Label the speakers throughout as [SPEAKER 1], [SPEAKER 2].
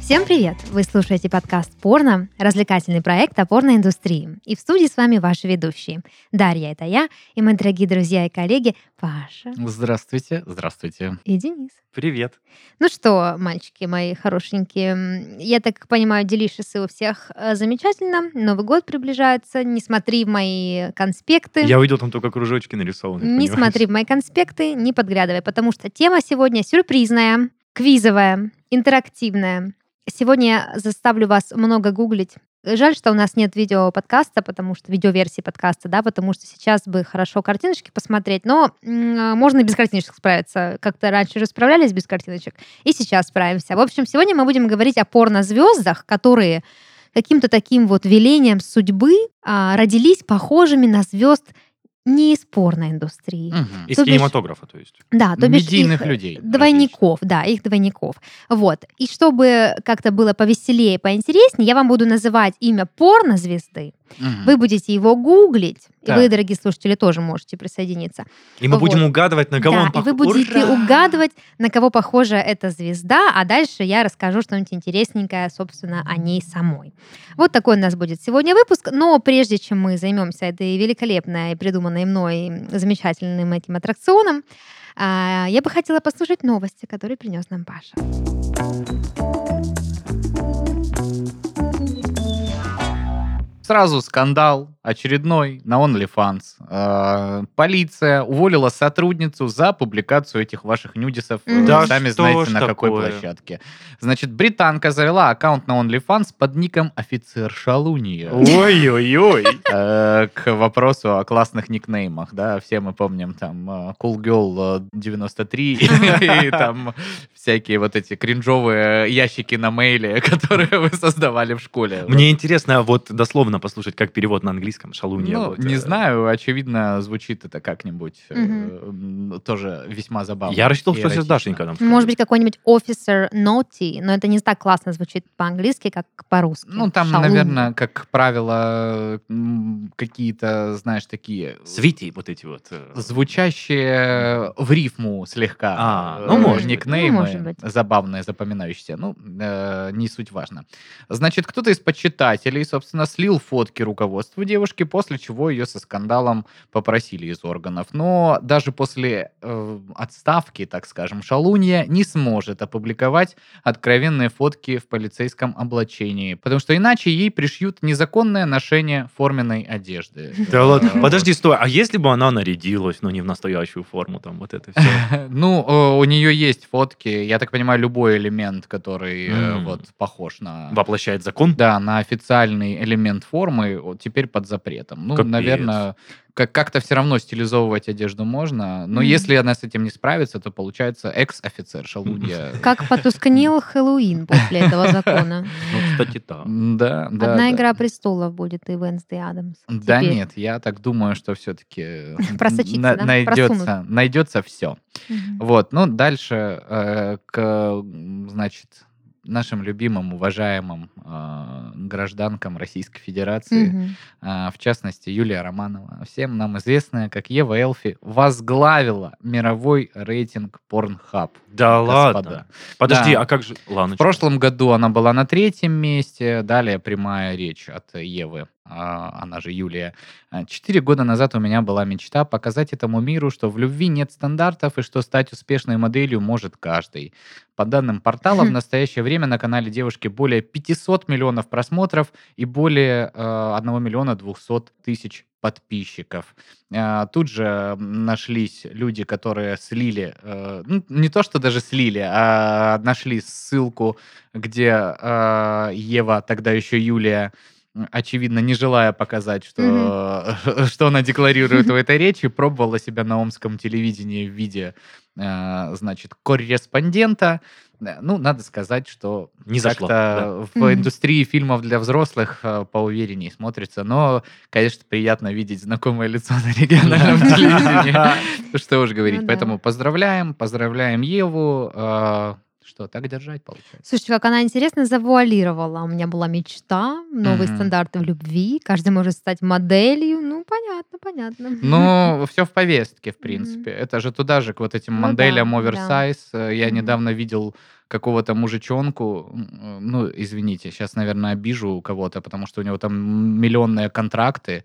[SPEAKER 1] Всем привет! Вы слушаете подкаст «Порно», развлекательный проект о порноиндустрии. И в студии с вами ваши ведущие. Дарья — это я, и мои дорогие друзья и коллеги Паша
[SPEAKER 2] Здравствуйте. Здравствуйте.
[SPEAKER 1] и Денис.
[SPEAKER 3] Привет.
[SPEAKER 1] Ну что, мальчики мои хорошенькие, м, я так понимаю, делишесы у всех э, замечательно. Новый год приближается. Не смотри в мои конспекты.
[SPEAKER 3] Я увидел там только кружочки нарисованы.
[SPEAKER 1] Не
[SPEAKER 3] понимаешь?
[SPEAKER 1] смотри в мои конспекты, не подглядывай, потому что тема сегодня сюрпризная, квизовая, интерактивная. Сегодня я заставлю вас много гуглить. Жаль, что у нас нет видео подкаста, потому что видеоверсии подкаста, да, потому что сейчас бы хорошо картиночки посмотреть, но м, а, можно и без картиночек справиться. Как-то раньше уже справлялись без картиночек, и сейчас справимся. В общем, сегодня мы будем говорить о порнозвездах, которые каким-то таким вот велением судьбы а, родились похожими на звезд не из порноиндустрии.
[SPEAKER 2] Мгм.
[SPEAKER 3] Из
[SPEAKER 1] то бишь-
[SPEAKER 3] кинематографа, то есть.
[SPEAKER 1] Да, а, то бишь
[SPEAKER 2] Медийных
[SPEAKER 1] их э,
[SPEAKER 2] людей.
[SPEAKER 1] Двойников, да, их двойников. Вот. И чтобы как-то было повеселее, поинтереснее, я вам буду называть имя порнозвезды.
[SPEAKER 2] Мгм.
[SPEAKER 1] Вы будете его гуглить.
[SPEAKER 3] Так.
[SPEAKER 1] И вы, дорогие слушатели, тоже можете присоединиться.
[SPEAKER 3] И мы
[SPEAKER 1] Вот.
[SPEAKER 3] будем угадывать, на кого
[SPEAKER 1] да,
[SPEAKER 3] он
[SPEAKER 1] и вы
[SPEAKER 3] похож.
[SPEAKER 1] будете
[SPEAKER 3] Ура!
[SPEAKER 1] угадывать, на кого похожа эта звезда, а дальше я расскажу что-нибудь интересненькое, собственно, о ней самой. Вот такой у нас будет сегодня выпуск, но прежде чем мы займемся этой великолепной, придуманной мной замечательным этим аттракционом, а, я бы хотела послушать новости, которые принес нам Паша.
[SPEAKER 2] Сразу скандал очередной на OnlyFans. Э, Полиция уволила сотрудницу за публикацию этих ваших нюдисов. э,
[SPEAKER 1] Мгм. Да
[SPEAKER 2] Сами
[SPEAKER 3] что
[SPEAKER 2] знаете,
[SPEAKER 3] ж
[SPEAKER 2] на какой
[SPEAKER 3] такое.
[SPEAKER 2] площадке. Значит, британка завела аккаунт на OnlyFans под ником офицер Шалунья.
[SPEAKER 3] Ой-ой-ой.
[SPEAKER 2] Э, к вопросу о классных никнеймах, да, все мы помним там э, Cool Girl э, 93 и там всякие вот эти кринжовые ящики на мейле, которые вы создавали в школе.
[SPEAKER 3] Мне интересно а вот дословно послушать, как перевод на английском шалунья.
[SPEAKER 2] Ну,
[SPEAKER 3] вот,
[SPEAKER 2] не
[SPEAKER 3] э,
[SPEAKER 2] знаю, очевидно, звучит это как-нибудь э,
[SPEAKER 1] Мгм.
[SPEAKER 2] м, тоже весьма забавно.
[SPEAKER 3] Я рассчитывал,
[SPEAKER 2] и
[SPEAKER 3] что сейчас
[SPEAKER 2] эротично.
[SPEAKER 3] Дашенька нам
[SPEAKER 1] Может быть,
[SPEAKER 3] скажет.
[SPEAKER 1] какой-нибудь officer naughty, но это не так классно звучит по-английски, как по-русски.
[SPEAKER 2] Ну, там,
[SPEAKER 1] Шалун.
[SPEAKER 2] наверное, как правило, м, какие-то, знаешь, такие...
[SPEAKER 3] Свити вот эти вот. э,
[SPEAKER 2] звучащие в рифму слегка.
[SPEAKER 3] А,
[SPEAKER 2] э,
[SPEAKER 3] ну, может быть.
[SPEAKER 2] Никнеймы
[SPEAKER 1] Ну, может быть.
[SPEAKER 2] забавные, запоминающиеся. Ну, э, не суть важно. Значит, кто-то из почитателей, собственно, слил фотки руководству девушки, после чего ее со скандалом попросили из органов. Но даже после э, отставки, так скажем, Шалунья не сможет опубликовать откровенные фотки в полицейском облачении, потому что иначе ей пришьют незаконное ношение форменной одежды.
[SPEAKER 3] Да ладно,
[SPEAKER 2] Э, вот.
[SPEAKER 3] подожди, стой, а если бы она нарядилась, но не в настоящую форму, там вот это все?
[SPEAKER 2] Ну, э, у нее есть фотки. Я так понимаю, любой элемент, который э,
[SPEAKER 3] Мгм.
[SPEAKER 2] вот похож на...
[SPEAKER 3] Воплощает закон?
[SPEAKER 2] Да, на официальный элемент формы вот теперь под запретом. Ну,
[SPEAKER 3] Капец.
[SPEAKER 2] наверное, как- как-то все равно стилизовывать одежду можно. Но
[SPEAKER 1] Мгм.
[SPEAKER 2] если она с этим не справится, то получается экс-офицер Шалунья.
[SPEAKER 1] Как потускнел Хэллоуин после этого закона.
[SPEAKER 3] Ну, кстати, да.
[SPEAKER 2] Да, да.
[SPEAKER 1] Одна
[SPEAKER 2] да.
[SPEAKER 1] игра престолов будет и Венсдей Адамс.
[SPEAKER 2] Да
[SPEAKER 1] Теперь.
[SPEAKER 2] нет, я так думаю, что все-таки
[SPEAKER 1] Просочится, да?
[SPEAKER 2] найдется,
[SPEAKER 1] Просунут.
[SPEAKER 2] найдется все.
[SPEAKER 1] Мгм.
[SPEAKER 2] Вот, ну дальше э, к, м, значит, нашим любимым, уважаемым э, гражданкам Российской Федерации,
[SPEAKER 1] Мгм.
[SPEAKER 2] а, в частности Юлия Романова, всем нам известная как Ева Элфи, возглавила мировой рейтинг Pornhub.
[SPEAKER 3] Да
[SPEAKER 2] господа.
[SPEAKER 3] ладно. Подожди,
[SPEAKER 2] Да.
[SPEAKER 3] а как же... Ладно.
[SPEAKER 2] В прошлом году она была на третьем месте, далее прямая речь от Евы, а, она же Юлия. А, Четыре года назад у меня была мечта показать этому миру, что в любви нет стандартов и что стать успешной моделью может каждый. По данным портала, в
[SPEAKER 1] Хм.
[SPEAKER 2] настоящее время на канале девушки более 500 миллионов просмотров и более э, 1 миллиона 200 тысяч подписчиков. А, Тут же м, нашлись люди, которые слили, э, ну, не то что даже слили, а нашли ссылку, где э, Ева, тогда еще Юлия, м, очевидно, не желая показать, что, что она декларирует в этой речи, пробовала себя на омском телевидении в виде, э, значит, корреспондента. Э, Ну, надо сказать, что
[SPEAKER 3] Не зашло,
[SPEAKER 2] как-то в
[SPEAKER 1] Мгм.
[SPEAKER 2] индустрии фильмов для взрослых э, поувереннее смотрится, но конечно, приятно видеть знакомое лицо на региональном телевидении. Что уж
[SPEAKER 1] Ну
[SPEAKER 2] говорить.
[SPEAKER 1] да.
[SPEAKER 2] Поэтому поздравляем, поздравляем Еву. э, Что, так держать получается?
[SPEAKER 1] Слушайте, как она интересно завуалировала. У меня была мечта, новые
[SPEAKER 2] Мгм.
[SPEAKER 1] стандарты в любви, каждый может стать моделью. Ну, понятно, понятно.
[SPEAKER 2] Ну, все в повестке, в
[SPEAKER 1] Мгм.
[SPEAKER 2] принципе. Это же туда же, к вот этим
[SPEAKER 1] Ну да,
[SPEAKER 2] моделям
[SPEAKER 1] да.
[SPEAKER 2] оверсайз. Э, Я
[SPEAKER 1] Мгм.
[SPEAKER 2] недавно видел какого-то мужичонку, м, ну, извините, сейчас, наверное, обижу кого-то, потому что у него там миллионные контракты,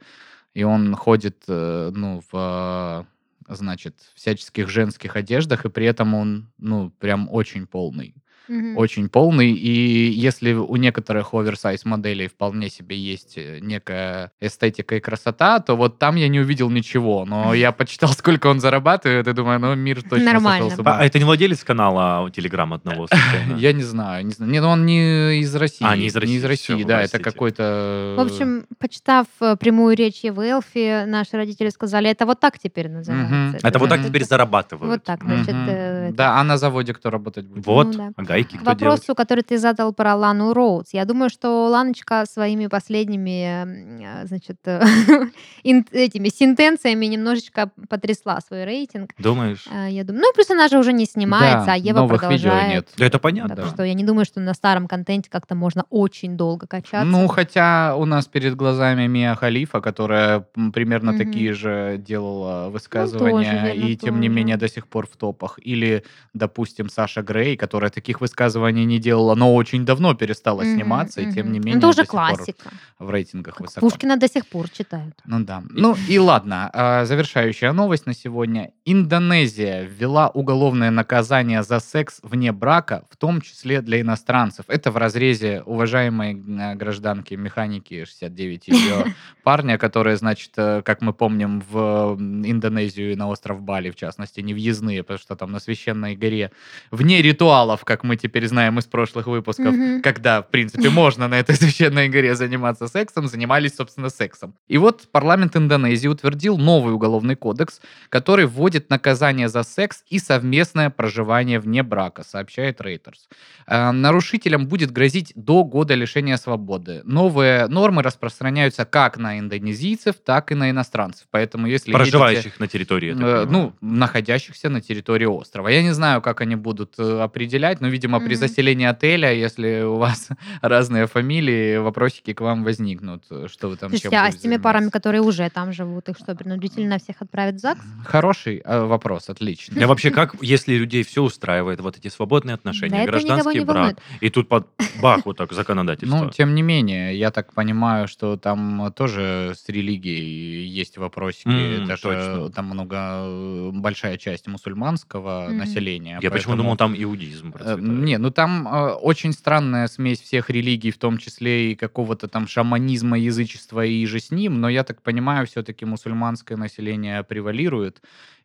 [SPEAKER 2] и он ходит, э, ну, в, э, значит, всяческих женских одеждах, и при этом он, ну, прям очень полный.
[SPEAKER 1] Мгм.
[SPEAKER 2] очень полный. И если у некоторых оверсайз моделей вполне себе есть э, некая эстетика и красота, то вот там я не увидел ничего. Но я почитал, сколько он зарабатывает, и думаю, ну мир точно
[SPEAKER 1] Нормально.
[SPEAKER 2] сошел с ума.
[SPEAKER 3] А это не владелец канала Телеграм одного? случайно?
[SPEAKER 2] Я не знаю, не знаю. Не, ну он не из России.
[SPEAKER 3] А, не из России, всё,
[SPEAKER 2] да, это
[SPEAKER 3] простите.
[SPEAKER 2] какой-то...
[SPEAKER 1] В общем, почитав э, прямую речь Евы Элфи, наши родители сказали, это вот так теперь называется.
[SPEAKER 3] Это вот так
[SPEAKER 2] Мгм.
[SPEAKER 3] теперь зарабатывают.
[SPEAKER 1] Вот так,
[SPEAKER 2] Мгм.
[SPEAKER 1] значит, э, это-
[SPEAKER 2] Да, а на заводе кто работать будет?
[SPEAKER 3] Вот,
[SPEAKER 1] да.
[SPEAKER 3] а гайки
[SPEAKER 1] К
[SPEAKER 3] кто делает?
[SPEAKER 1] вопросу, который ты задал про Лану Роудс. Я думаю, что Ланочка своими последними, м, э, значит, э, ин- этими сентенциями немножечко потрясла свой рейтинг.
[SPEAKER 3] Думаешь?
[SPEAKER 1] Э, Я думаю, ну плюс она же уже не снимается,
[SPEAKER 2] Да,
[SPEAKER 1] а Ева
[SPEAKER 2] новых видео
[SPEAKER 1] продолжает.
[SPEAKER 2] нет.
[SPEAKER 3] Да это
[SPEAKER 1] Так
[SPEAKER 3] понятно.
[SPEAKER 2] да.
[SPEAKER 1] что я не думаю, что на старом контенте как-то можно очень долго качаться.
[SPEAKER 2] Ну, хотя у нас перед глазами Мия Халифа, которая м, примерно
[SPEAKER 1] Мгм.
[SPEAKER 2] такие же делала высказывания,
[SPEAKER 1] верно,
[SPEAKER 2] и тем не
[SPEAKER 1] тоже.
[SPEAKER 2] менее до сих пор в топах. Или, допустим, Саша Грей, которая таких высказываний не делала, но очень давно перестала
[SPEAKER 1] Мгм,
[SPEAKER 2] сниматься, и тем
[SPEAKER 1] мгм.
[SPEAKER 2] не
[SPEAKER 1] Ну,
[SPEAKER 2] менее
[SPEAKER 1] Это
[SPEAKER 2] до
[SPEAKER 1] уже
[SPEAKER 2] сих пор
[SPEAKER 1] классика.
[SPEAKER 2] в рейтингах
[SPEAKER 1] Как
[SPEAKER 2] высоко.
[SPEAKER 1] Пушкина до сих пор читают.
[SPEAKER 2] Ну да. Ну и ладно, а, завершающая новость на сегодня. Индонезия ввела уголовное наказание за секс вне брака, в том числе для иностранцев. Это в разрезе уважаемой э, гражданки механики 69 и ее парня, которые, значит, э, как мы помним, в м, Индонезию и на остров Бали, в частности, не въездные, потому что там на священной горе, вне ритуалов, как мы теперь знаем из прошлых выпусков,
[SPEAKER 1] Мгм.
[SPEAKER 2] когда, в принципе, можно на этой священной горе заниматься сексом, занимались, собственно, сексом. И вот парламент Индонезии утвердил новый уголовный кодекс, который вводит наказание за секс и совместное проживание вне брака, сообщает Рейтерс. Э, Нарушителям будет грозить до года лишения свободы. Новые нормы распространяются как на индонезийцев, так и на иностранцев. Поэтому если едете-
[SPEAKER 3] Проживающих на территории. я так
[SPEAKER 2] Э,
[SPEAKER 3] понимаю.
[SPEAKER 2] ну, находящихся на территории острова. Я не знаю, как они будут э, определять, но, видимо, при
[SPEAKER 1] Мгм.
[SPEAKER 2] заселении отеля, если у вас разные фамилии, вопросики к вам возникнут, э, что вы там чем
[SPEAKER 1] Слушайте, а с
[SPEAKER 2] будете
[SPEAKER 1] теми парами,
[SPEAKER 2] заниматься.
[SPEAKER 1] которые уже там живут, их что, принудительно всех отправят в ЗАГС?
[SPEAKER 2] Хороший э, вопрос, отлично.
[SPEAKER 3] Я а вообще как, если людей все устраивает, вот эти свободные отношения,
[SPEAKER 1] Да это никого
[SPEAKER 3] гражданский
[SPEAKER 1] не
[SPEAKER 3] брак,
[SPEAKER 1] волнует.
[SPEAKER 3] и тут под бах вот так законодательство.
[SPEAKER 2] Ну, тем не менее, я так понимаю, что там тоже с религией есть вопросики.
[SPEAKER 3] М,
[SPEAKER 2] даже
[SPEAKER 3] точно.
[SPEAKER 2] там много э, большая часть мусульманского
[SPEAKER 1] Мгм.
[SPEAKER 2] населения.
[SPEAKER 3] Я почему
[SPEAKER 2] поэтому-
[SPEAKER 3] думал, там иудизм
[SPEAKER 2] Э,
[SPEAKER 3] процветает.
[SPEAKER 2] Не, ну там э, очень странная смесь всех религий, в том числе и какого-то там шаманизма, язычества и же с ним, но я так понимаю, все-таки мусульманское население превалирует,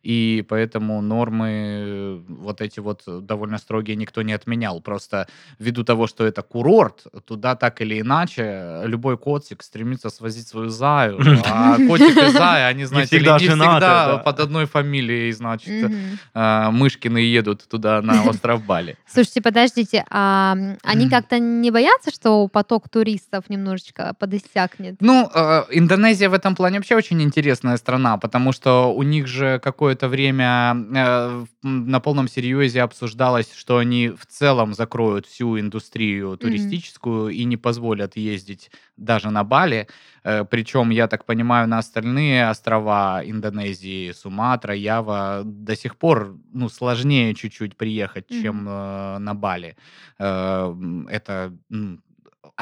[SPEAKER 2] и поэтому нормы э, вот эти вот довольно строгие никто не отменял. Просто ввиду того, что это курорт, туда так или иначе любой котик стремится свозить свою заю, а котик и зая, они, знаете, ли,
[SPEAKER 3] всегда
[SPEAKER 2] не
[SPEAKER 3] женаты, да.
[SPEAKER 2] всегда под одной фамилией, значит,
[SPEAKER 1] Мгм.
[SPEAKER 2] а, Мышкины едут туда на остров Бали.
[SPEAKER 1] Слушайте, подождите, а м, они как-то не боятся, что поток туристов немножечко подосякнет?
[SPEAKER 2] Ну, э, Индонезия в этом плане вообще очень интересная страна, потому что у них же какое-то время э, в- м, на полном серьезе обсуждалось, что они в целом закроют всю индустрию туристическую и не позволят ездить даже на Бали. Э, причем, я так понимаю, на остальные острова Индонезии, Суматра, Ява до сих пор ну, сложнее чуть-чуть приехать, чем э, на Бали. Э, м, это м,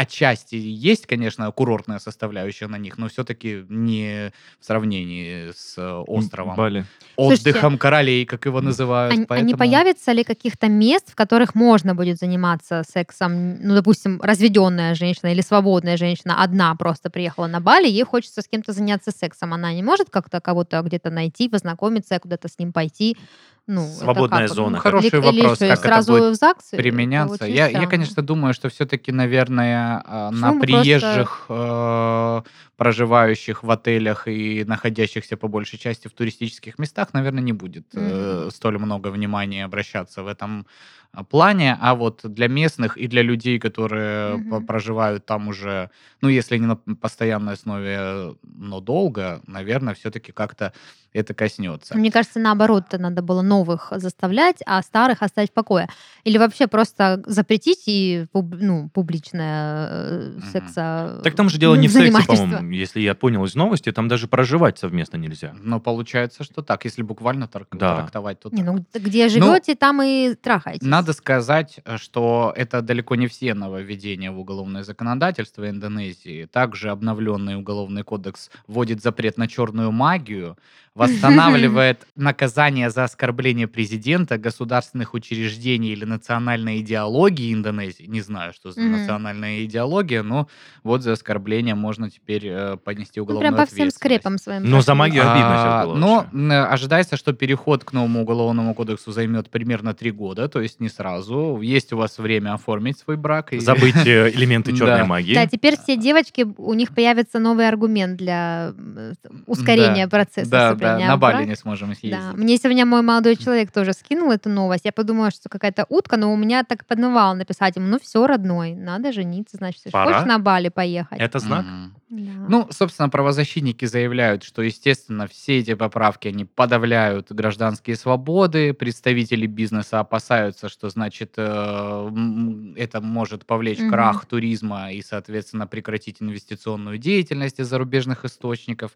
[SPEAKER 2] отчасти есть, конечно, курортная составляющая на них, но все-таки не в сравнении с э, островом.
[SPEAKER 3] Бали.
[SPEAKER 2] Отдыхом
[SPEAKER 1] Слушайте,
[SPEAKER 2] королей, как его называют.
[SPEAKER 1] Они, а не
[SPEAKER 2] поэтому-
[SPEAKER 1] появится ли каких-то мест, в которых можно будет заниматься сексом? Ну, допустим, разведенная женщина или свободная женщина одна просто приехала на Бали, ей хочется с кем-то заняться сексом. Она не может как-то кого-то где-то найти, познакомиться, куда-то с ним пойти. Ну, это
[SPEAKER 3] Свободная
[SPEAKER 1] как вот?
[SPEAKER 3] зона.
[SPEAKER 1] Ну,
[SPEAKER 2] Хороший
[SPEAKER 1] или- или
[SPEAKER 2] вопрос,
[SPEAKER 1] что,
[SPEAKER 2] как это
[SPEAKER 1] сразу
[SPEAKER 2] будет
[SPEAKER 1] в ЗАГС э,
[SPEAKER 2] применяться. Я, я,
[SPEAKER 1] получишься?
[SPEAKER 2] конечно, думаю, что все-таки, наверное, а, на
[SPEAKER 1] Ну, мы
[SPEAKER 2] приезжих, э, проживающих в отелях и находящихся по большей части в туристических местах, наверное, не будет э, столь много внимания обращаться в этом э, плане. А вот для местных и для людей, которые
[SPEAKER 1] Мгм.
[SPEAKER 2] по- проживают там уже, ну, если не на постоянной основе, но долго, наверное, все-таки как-то это коснется.
[SPEAKER 1] Мне кажется, наоборот, надо было новых заставлять, а старых оставить в покое. Или вообще просто запретить и пуб- ну, публичное э,
[SPEAKER 2] Мгм.
[SPEAKER 1] секса...
[SPEAKER 3] Так там же дело не в сексе,
[SPEAKER 1] Ну, занимательство.
[SPEAKER 3] по-моему. Если я понял из новости, там даже проживать совместно нельзя.
[SPEAKER 2] Но получается, что так. Если буквально тар-
[SPEAKER 3] Да.
[SPEAKER 2] трактовать, то
[SPEAKER 1] Не,
[SPEAKER 2] так.
[SPEAKER 1] ну где живете, там и трахаетесь.
[SPEAKER 2] Надо сказать, э, что это далеко не все нововведения в уголовное законодательство Индонезии. Также обновленный уголовный кодекс вводит запрет на черную магию, восстанавливает наказание за оскорбление президента, государственных учреждений или национальной идеологии Индонезии. Не знаю, что за
[SPEAKER 1] Мгм.
[SPEAKER 2] национальная идеология, но вот за оскорбление можно теперь э, понести
[SPEAKER 1] Ну,
[SPEAKER 2] уголовную
[SPEAKER 1] прям по всем
[SPEAKER 2] ответственность.
[SPEAKER 1] скрепам своим.
[SPEAKER 3] Ну, за
[SPEAKER 1] трахнулись.
[SPEAKER 3] магию обидно
[SPEAKER 2] А,
[SPEAKER 3] сейчас было
[SPEAKER 2] Но
[SPEAKER 3] вообще.
[SPEAKER 2] м, ожидается, что переход к новому уголовному кодексу займет примерно три года, то есть не сразу. Есть у вас время оформить свой брак. и-
[SPEAKER 3] Забыть э, элементы черной
[SPEAKER 2] Да.
[SPEAKER 3] магии.
[SPEAKER 1] Да, теперь все девочки, у них появится новый аргумент для э, ускорения процесса.
[SPEAKER 2] Да, да,
[SPEAKER 1] вступления
[SPEAKER 2] на
[SPEAKER 1] в брак.
[SPEAKER 2] Бали не сможем съездить.
[SPEAKER 1] Да. Мне сегодня мой молодой человек тоже скинул эту новость. Я подумала, что какая-то утка, но у меня так подмывало написать ему, ну все, родной, надо жениться, значит, ты ж
[SPEAKER 3] Пора.
[SPEAKER 1] хочешь на Бали поехать.
[SPEAKER 3] Это знак?
[SPEAKER 2] Мгм.
[SPEAKER 1] Да.
[SPEAKER 2] Ну, собственно, правозащитники заявляют, что, естественно, все эти поправки, они подавляют гражданские свободы, представители бизнеса опасаются, что, значит, э, м, это может повлечь
[SPEAKER 1] Мгм.
[SPEAKER 2] крах туризма и, соответственно, прекратить инвестиционную деятельность из зарубежных источников.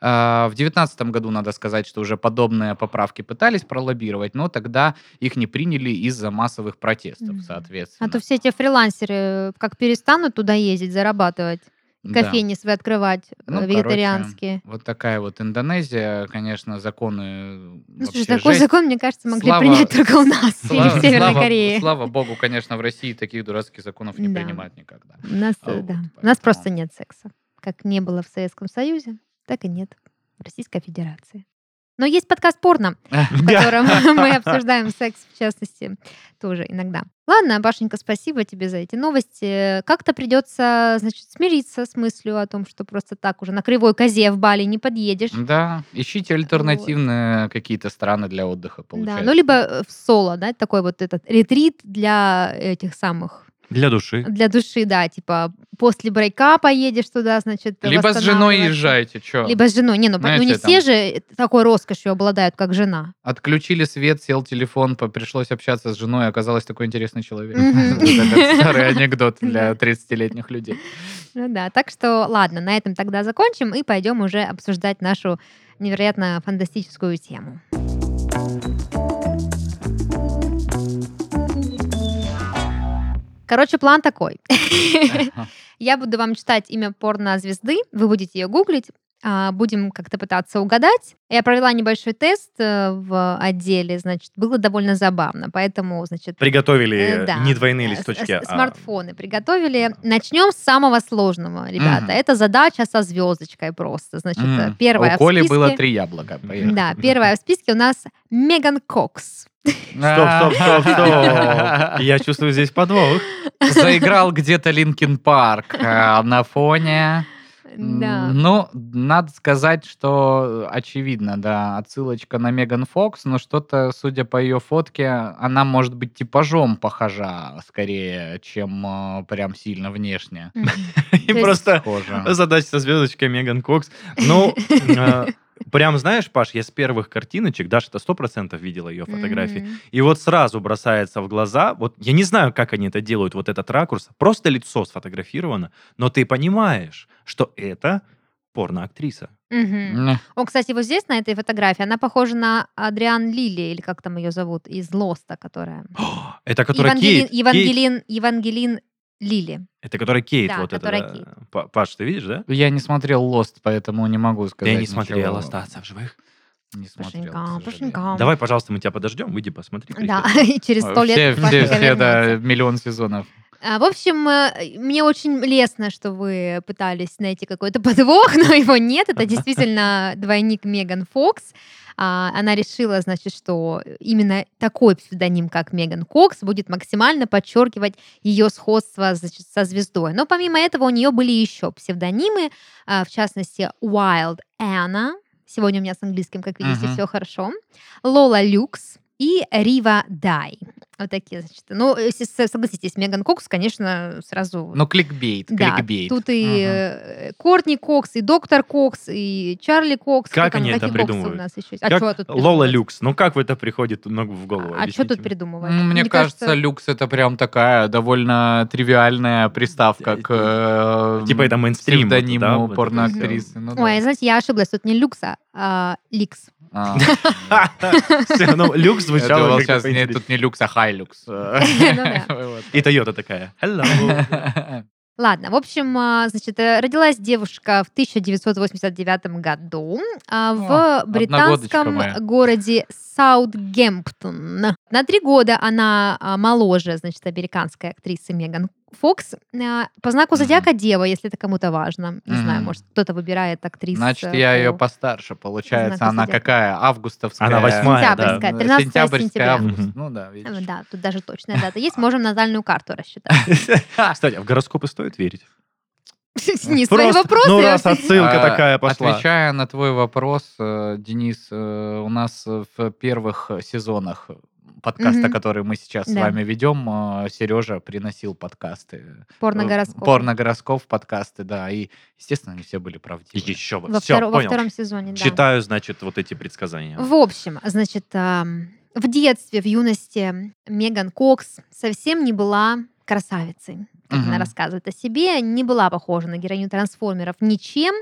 [SPEAKER 2] А, В 2019 году, надо сказать, что уже подобные поправки пытались пролоббировать, но тогда их не приняли из-за массовых протестов,
[SPEAKER 1] Мгм.
[SPEAKER 2] соответственно.
[SPEAKER 1] А то все эти фрилансеры э, как перестанут туда ездить, зарабатывать, и
[SPEAKER 2] Да.
[SPEAKER 1] кофейни свои открывать, э,
[SPEAKER 2] Ну, короче,
[SPEAKER 1] вегетарианские.
[SPEAKER 2] Вот такая вот Индонезия, конечно, законы э,
[SPEAKER 1] Ну,
[SPEAKER 2] вообще
[SPEAKER 1] слушай, такой
[SPEAKER 2] жесть.
[SPEAKER 1] закон, мне кажется, могли
[SPEAKER 2] Слава-
[SPEAKER 1] принять только у нас
[SPEAKER 2] Слава,
[SPEAKER 1] или в Северной
[SPEAKER 2] слава-
[SPEAKER 1] Корее.
[SPEAKER 2] слава богу, конечно, в России таких дурацких законов не
[SPEAKER 1] Да.
[SPEAKER 2] принимают никогда.
[SPEAKER 1] У нас,
[SPEAKER 2] А
[SPEAKER 1] э,
[SPEAKER 2] вот,
[SPEAKER 1] да. У нас
[SPEAKER 2] поэтому-
[SPEAKER 1] просто нет секса. Как не было в Советском Союзе, так и нет в Российской Федерации. Но есть подкаст «Порно», в котором мы обсуждаем секс, в частности, тоже иногда. Ладно, Пашенька, спасибо тебе за эти новости. Как-то придется, значит, смириться с мыслью о том, что просто так уже на кривой козе в Бали не подъедешь.
[SPEAKER 2] Да, ищите альтернативные какие-то страны для отдыха,
[SPEAKER 1] Да,
[SPEAKER 2] получается.
[SPEAKER 1] ну либо э, в соло, да, такой вот этот ретрит для этих самых,
[SPEAKER 3] Для души.
[SPEAKER 1] для души, да, типа после брейка поедешь туда, значит,
[SPEAKER 2] Либо с женой
[SPEAKER 1] восстанавливаться.
[SPEAKER 2] езжайте, что?
[SPEAKER 1] Либо с женой. Не, ну, по- ну,
[SPEAKER 2] Знаете,
[SPEAKER 1] не
[SPEAKER 2] там-
[SPEAKER 1] все же такой роскошью обладают, как жена.
[SPEAKER 2] Отключили свет, сел телефон, по- пришлось общаться с женой, оказалось такой интересный человек.
[SPEAKER 1] Мгм.
[SPEAKER 2] Вот этот Старый анекдот для 30-летних людей.
[SPEAKER 1] Ну да, так что ладно, на этом тогда закончим и пойдем уже обсуждать нашу невероятно фантастическую тему. Короче, план такой. Я буду вам читать имя порнозвезды, вы будете ее гуглить, а, будем как-то пытаться угадать. Я провела небольшой тест э, в отделе, значит, было довольно забавно, поэтому, значит,
[SPEAKER 3] Приготовили
[SPEAKER 1] Э, да.
[SPEAKER 3] не двойные
[SPEAKER 1] Э, с-
[SPEAKER 3] листочки,
[SPEAKER 1] с-
[SPEAKER 3] а
[SPEAKER 1] Смартфоны приготовили. Начнем с самого сложного, ребята.
[SPEAKER 2] Мгм.
[SPEAKER 1] Это задача со звездочкой просто. Значит, э,
[SPEAKER 2] М,
[SPEAKER 1] первая
[SPEAKER 2] У Коли
[SPEAKER 1] в списке...
[SPEAKER 2] было три яблока. Поехали.
[SPEAKER 1] Да, первая в списке у нас Меган Кокс.
[SPEAKER 3] Стоп, стоп, стоп, стоп. Я чувствую здесь подвох.
[SPEAKER 2] Заиграл где-то Линкин Парк а, на фоне.
[SPEAKER 1] Да.
[SPEAKER 2] М, Ну, надо сказать, что э, очевидно, да, отсылочка на Меган Фокс, но что-то, судя по ее фотке, она может быть типажом похожа скорее, чем э, прям сильно внешне.
[SPEAKER 1] Мгм.
[SPEAKER 3] И
[SPEAKER 1] есть-
[SPEAKER 3] просто
[SPEAKER 2] Схожа.
[SPEAKER 3] задача со звездочкой Меган Кокс. Ну, э, прям знаешь, Паш, я с первых картиночек, Даша-то 100% видела ее фотографии,
[SPEAKER 1] Мгм.
[SPEAKER 3] И вот сразу бросается в глаза, вот я не знаю, как они это делают, вот этот ракурс, просто лицо сфотографировано, но ты понимаешь, что это порноактриса.
[SPEAKER 1] Мгм.
[SPEAKER 2] М,
[SPEAKER 1] О, кстати, вот здесь на этой фотографии она похожа на Адриан Лили, или как там ее зовут, из Лоста, которая.
[SPEAKER 2] А,
[SPEAKER 3] Это которая
[SPEAKER 1] Евангелин,
[SPEAKER 3] Кейт. Кейт-
[SPEAKER 1] Евангелин, Евангелин Лили.
[SPEAKER 3] Это которая Кейт,
[SPEAKER 1] Да,
[SPEAKER 3] вот это.
[SPEAKER 1] которая
[SPEAKER 3] да.
[SPEAKER 1] Кейт.
[SPEAKER 3] Па- Паш, ты видишь, да?
[SPEAKER 2] Я не смотрел Лост, поэтому не могу сказать.
[SPEAKER 3] я не
[SPEAKER 2] ничего.
[SPEAKER 3] смотрел «Остаться в живых».
[SPEAKER 2] Не смотрел.
[SPEAKER 1] Пашенька,
[SPEAKER 2] к сожалению.
[SPEAKER 1] Пашенька. Ам.
[SPEAKER 3] Давай, пожалуйста, мы тебя подождем, выйди, посмотри.
[SPEAKER 1] Да,
[SPEAKER 3] прикольно.
[SPEAKER 1] и через сто
[SPEAKER 2] Все,
[SPEAKER 1] лет.
[SPEAKER 2] все,
[SPEAKER 1] Пашенька
[SPEAKER 2] все, э, да,
[SPEAKER 1] вернется.
[SPEAKER 2] миллион сезонов.
[SPEAKER 1] А, В общем, э, мне очень лестно, что вы пытались найти какой-то подвох, но его нет. Это действительно двойник Меган Фокс. А, Она решила, значит, что именно такой псевдоним, как Меган Кокс, будет максимально подчеркивать ее сходство значит, со звездой. Но помимо этого у нее были еще псевдонимы, а, в частности, Wild Anna. Сегодня у меня с английским, как видите,
[SPEAKER 2] Мгм.
[SPEAKER 1] все хорошо. Лола Люкс и Рива Дай. Вот такие, значит. Ну, если с- согласитесь, Меган Кокс, конечно, сразу...
[SPEAKER 2] Ну, кликбейт,
[SPEAKER 1] да,
[SPEAKER 2] кликбейт.
[SPEAKER 1] тут и э, Кортни Кокс, и доктор Кокс, и Чарли Кокс.
[SPEAKER 3] Как
[SPEAKER 1] Кто там,
[SPEAKER 3] они это
[SPEAKER 1] какие Коксы
[SPEAKER 3] придумывают?
[SPEAKER 1] У нас еще? есть? А
[SPEAKER 3] Как
[SPEAKER 1] чё тут
[SPEAKER 3] Лола
[SPEAKER 1] придумывать?
[SPEAKER 3] Люкс. Ну как в это приходит ну, в голову?
[SPEAKER 1] А что
[SPEAKER 3] Объясните
[SPEAKER 1] тут
[SPEAKER 3] мне.
[SPEAKER 1] придумывать?
[SPEAKER 2] М, Мне кажется, люкс это прям такая довольно тривиальная приставка к э,
[SPEAKER 3] Типа это мейнстрим. вот, да,
[SPEAKER 2] псевдониму
[SPEAKER 3] вот это
[SPEAKER 2] порноактрисы. Ну да.
[SPEAKER 1] Ой, знаете, я ошиблась, тут не люкс, а, а ликс.
[SPEAKER 2] А.
[SPEAKER 3] всё. Всё, ну, Люкс
[SPEAKER 2] Я
[SPEAKER 3] звучало
[SPEAKER 2] думал,
[SPEAKER 3] как-то
[SPEAKER 2] сейчас не-
[SPEAKER 3] поинтереснее.
[SPEAKER 2] тут не люкс, а хайлюкс.
[SPEAKER 1] Ну да.
[SPEAKER 2] Вот.
[SPEAKER 3] И Тойота такая. Hello.
[SPEAKER 1] Ладно, в общем, а, значит, э, родилась девушка в 1989 году а, в
[SPEAKER 2] О, одногодочка
[SPEAKER 1] британском
[SPEAKER 2] моя.
[SPEAKER 1] городе Саутгемптон. На три года она а, моложе, значит, американской актрисы Меган Фокс. А, По знаку
[SPEAKER 2] Мгм.
[SPEAKER 1] зодиака дева, если это кому-то важно. Не знаю,
[SPEAKER 2] Мгм.
[SPEAKER 1] может, кто-то выбирает актрису.
[SPEAKER 2] Значит, я ее постарше. Получается,
[SPEAKER 1] знаку
[SPEAKER 2] она
[SPEAKER 1] зодиака.
[SPEAKER 2] какая? Августовская.
[SPEAKER 3] Она восьмая, да.
[SPEAKER 1] Сентябрьская, 13 сентября.
[SPEAKER 2] август.
[SPEAKER 3] Мгм.
[SPEAKER 2] Ну да, видишь.
[SPEAKER 1] Да, тут даже точная дата есть. Можем натальную карту рассчитать.
[SPEAKER 3] Кстати, а в гороскопы стоит верить?
[SPEAKER 1] Не свои
[SPEAKER 3] Просто,
[SPEAKER 1] вопросы.
[SPEAKER 3] Ну
[SPEAKER 1] я
[SPEAKER 3] раз
[SPEAKER 1] вообще-
[SPEAKER 3] отсылка
[SPEAKER 2] А,
[SPEAKER 3] такая пошла.
[SPEAKER 2] Отвечая на твой вопрос, э, Денис, э, у нас в первых сезонах подкаста,
[SPEAKER 1] Мгм.
[SPEAKER 2] который мы сейчас с
[SPEAKER 1] Да.
[SPEAKER 2] вами ведем, Сережа приносил подкасты.
[SPEAKER 1] Порногороскоп.
[SPEAKER 2] Порногороскоп подкасты, да. И, естественно, они все были правдивы.
[SPEAKER 3] Еще бы.
[SPEAKER 1] Во,
[SPEAKER 3] Все,
[SPEAKER 1] втор- во
[SPEAKER 3] понял.
[SPEAKER 1] втором сезоне, да.
[SPEAKER 3] Читаю, значит, вот эти предсказания.
[SPEAKER 1] В общем, значит, ам, в детстве, в юности Меган Кокс совсем не была красавицей. Как она
[SPEAKER 2] Мгм.
[SPEAKER 1] рассказывает о себе, не была похожа на героиню трансформеров ничем.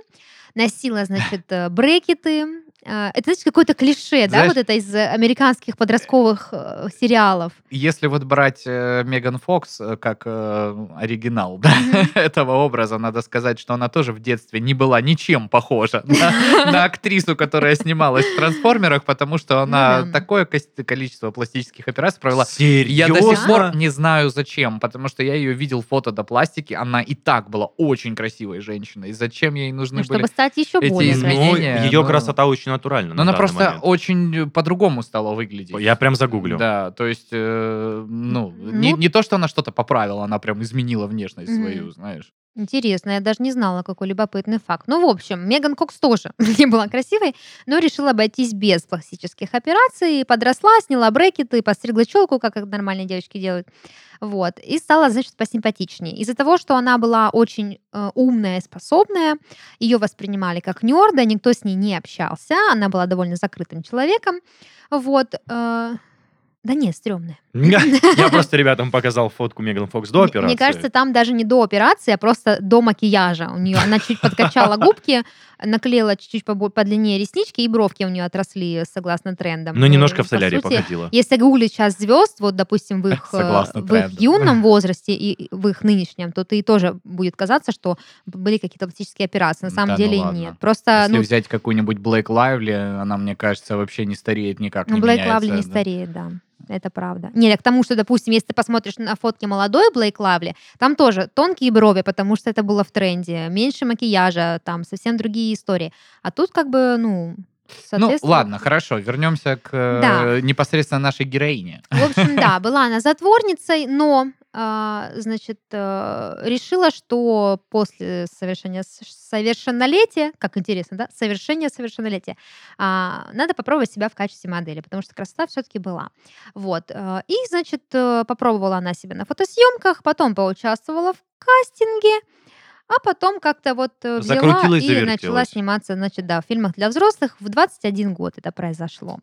[SPEAKER 1] Носила, значит, э, брекеты. Э, Это, знаете, какое-то клише, да,
[SPEAKER 2] Знаешь-
[SPEAKER 1] вот это из э, американских подростковых э, сериалов.
[SPEAKER 2] Если вот брать э, Меган Фокс э, как э, оригинал да, этого образа, надо сказать, что она тоже в детстве не была ничем похожа на, на актрису, которая снималась в «Трансформерах», потому что она
[SPEAKER 1] Ну да.
[SPEAKER 2] такое кос- количество пластических операций провела.
[SPEAKER 3] Серьезно?
[SPEAKER 2] Я до сих пор не знаю зачем, потому что я ее видел фото до пластики, она и так была очень красивой женщиной. Зачем ей
[SPEAKER 1] Ну,
[SPEAKER 2] нужны были?
[SPEAKER 1] чтобы стать еще
[SPEAKER 2] эти
[SPEAKER 1] более
[SPEAKER 2] изменения-
[SPEAKER 1] красивой.
[SPEAKER 3] ее
[SPEAKER 2] ну-
[SPEAKER 3] Ну, красота очень натуральна.
[SPEAKER 2] Но
[SPEAKER 3] на
[SPEAKER 2] она
[SPEAKER 3] данный
[SPEAKER 2] просто
[SPEAKER 3] момент.
[SPEAKER 2] очень э, по-другому стала выглядеть.
[SPEAKER 3] Я прям загуглю.
[SPEAKER 2] Да, то есть, э, ну,
[SPEAKER 1] Ну-
[SPEAKER 2] не, не то, что она что-то поправила, она прям изменила внешность
[SPEAKER 1] Мгм.
[SPEAKER 2] свою, знаешь.
[SPEAKER 1] Интересно, я даже не знала, какой любопытный факт. Ну, в общем, Меган Кокс тоже не была красивой, но решила обойтись без пластических операций, подросла, сняла брекеты, постригла челку, как это нормальные девочки делают, вот, и стала, значит, посимпатичнее. Из-за того, что она была очень э, умная, способная, ее воспринимали как нерда, никто с ней не общался, она была довольно закрытым человеком, вот, э, да нет, стрёмная.
[SPEAKER 3] Я просто ребятам показал фотку Меган Фокс до
[SPEAKER 1] Мне-
[SPEAKER 3] операции.
[SPEAKER 1] Мне кажется, там даже не до операции, а просто до макияжа. У нее она чуть подкачала губки, наклеила чуть-чуть побо- подлиннее реснички, и бровки у нее отросли согласно трендам.
[SPEAKER 2] Ну,
[SPEAKER 3] но
[SPEAKER 1] И,
[SPEAKER 3] Ну, немножко в
[SPEAKER 1] по
[SPEAKER 3] солярии
[SPEAKER 1] сути,
[SPEAKER 3] походила.
[SPEAKER 1] Если гуглить сейчас звезд, вот, допустим, в их, э,
[SPEAKER 2] Согласно
[SPEAKER 1] в их
[SPEAKER 2] трендам.
[SPEAKER 1] юном возрасте и в их нынешнем, то ты тоже будет казаться, что были какие-то пластические операции. На самом
[SPEAKER 2] Да ну
[SPEAKER 1] деле
[SPEAKER 2] ладно.
[SPEAKER 1] нет. Просто,
[SPEAKER 2] Если
[SPEAKER 1] ну,
[SPEAKER 2] взять какую-нибудь Блэк Лайвли, она, мне кажется, вообще не стареет никак.
[SPEAKER 1] Ну,
[SPEAKER 2] не
[SPEAKER 1] Блейк
[SPEAKER 2] меняется,
[SPEAKER 1] Лавли не
[SPEAKER 2] да.
[SPEAKER 1] стареет, да. Это правда. Не, я к тому, что, допустим, если ты посмотришь на фотки молодой Блейк Лавли, там тоже тонкие брови, потому что это было в тренде, меньше макияжа, там совсем другие истории. А тут как бы, ну,
[SPEAKER 2] Ну,
[SPEAKER 1] соответственно...
[SPEAKER 2] ладно, хорошо, вернемся к э,
[SPEAKER 1] Да.
[SPEAKER 2] непосредственно нашей героине.
[SPEAKER 1] В общем, да, была она затворницей, но, а, значит, э, решила, что после совершения с- совершеннолетия, как интересно, да, совершения совершеннолетия, а, надо попробовать себя в качестве модели, потому что красота все-таки была. Вот. э, И, значит, э, попробовала она себя на фотосъемках, потом поучаствовала в кастинге, а потом как-то вот э, взяла
[SPEAKER 3] Закрутилась,
[SPEAKER 1] и начала
[SPEAKER 3] завертелась.
[SPEAKER 1] сниматься, значит, да, в фильмах для взрослых. В 21 год это произошло.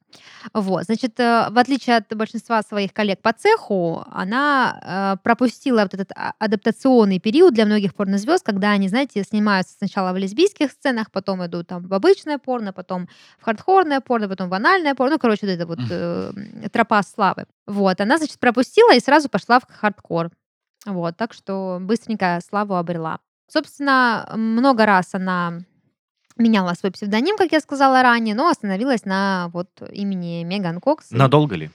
[SPEAKER 1] Вот, значит, э, в отличие от большинства своих коллег по цеху, она э, пропустила вот этот а- адаптационный период для многих порнозвезд, когда они, знаете, снимаются сначала в лесбийских сценах, потом идут там в обычное порно, потом в хардкорное порно, потом в анальное порно. Ну, короче, вот эта вот э, м, тропа славы. Вот, она, значит, пропустила и сразу пошла в хардкор. Вот, так что быстренько славу обрела. Собственно, много раз она меняла свой псевдоним, как я сказала ранее, но остановилась на вот имени Меган Кокс. И,
[SPEAKER 3] Надолго ли?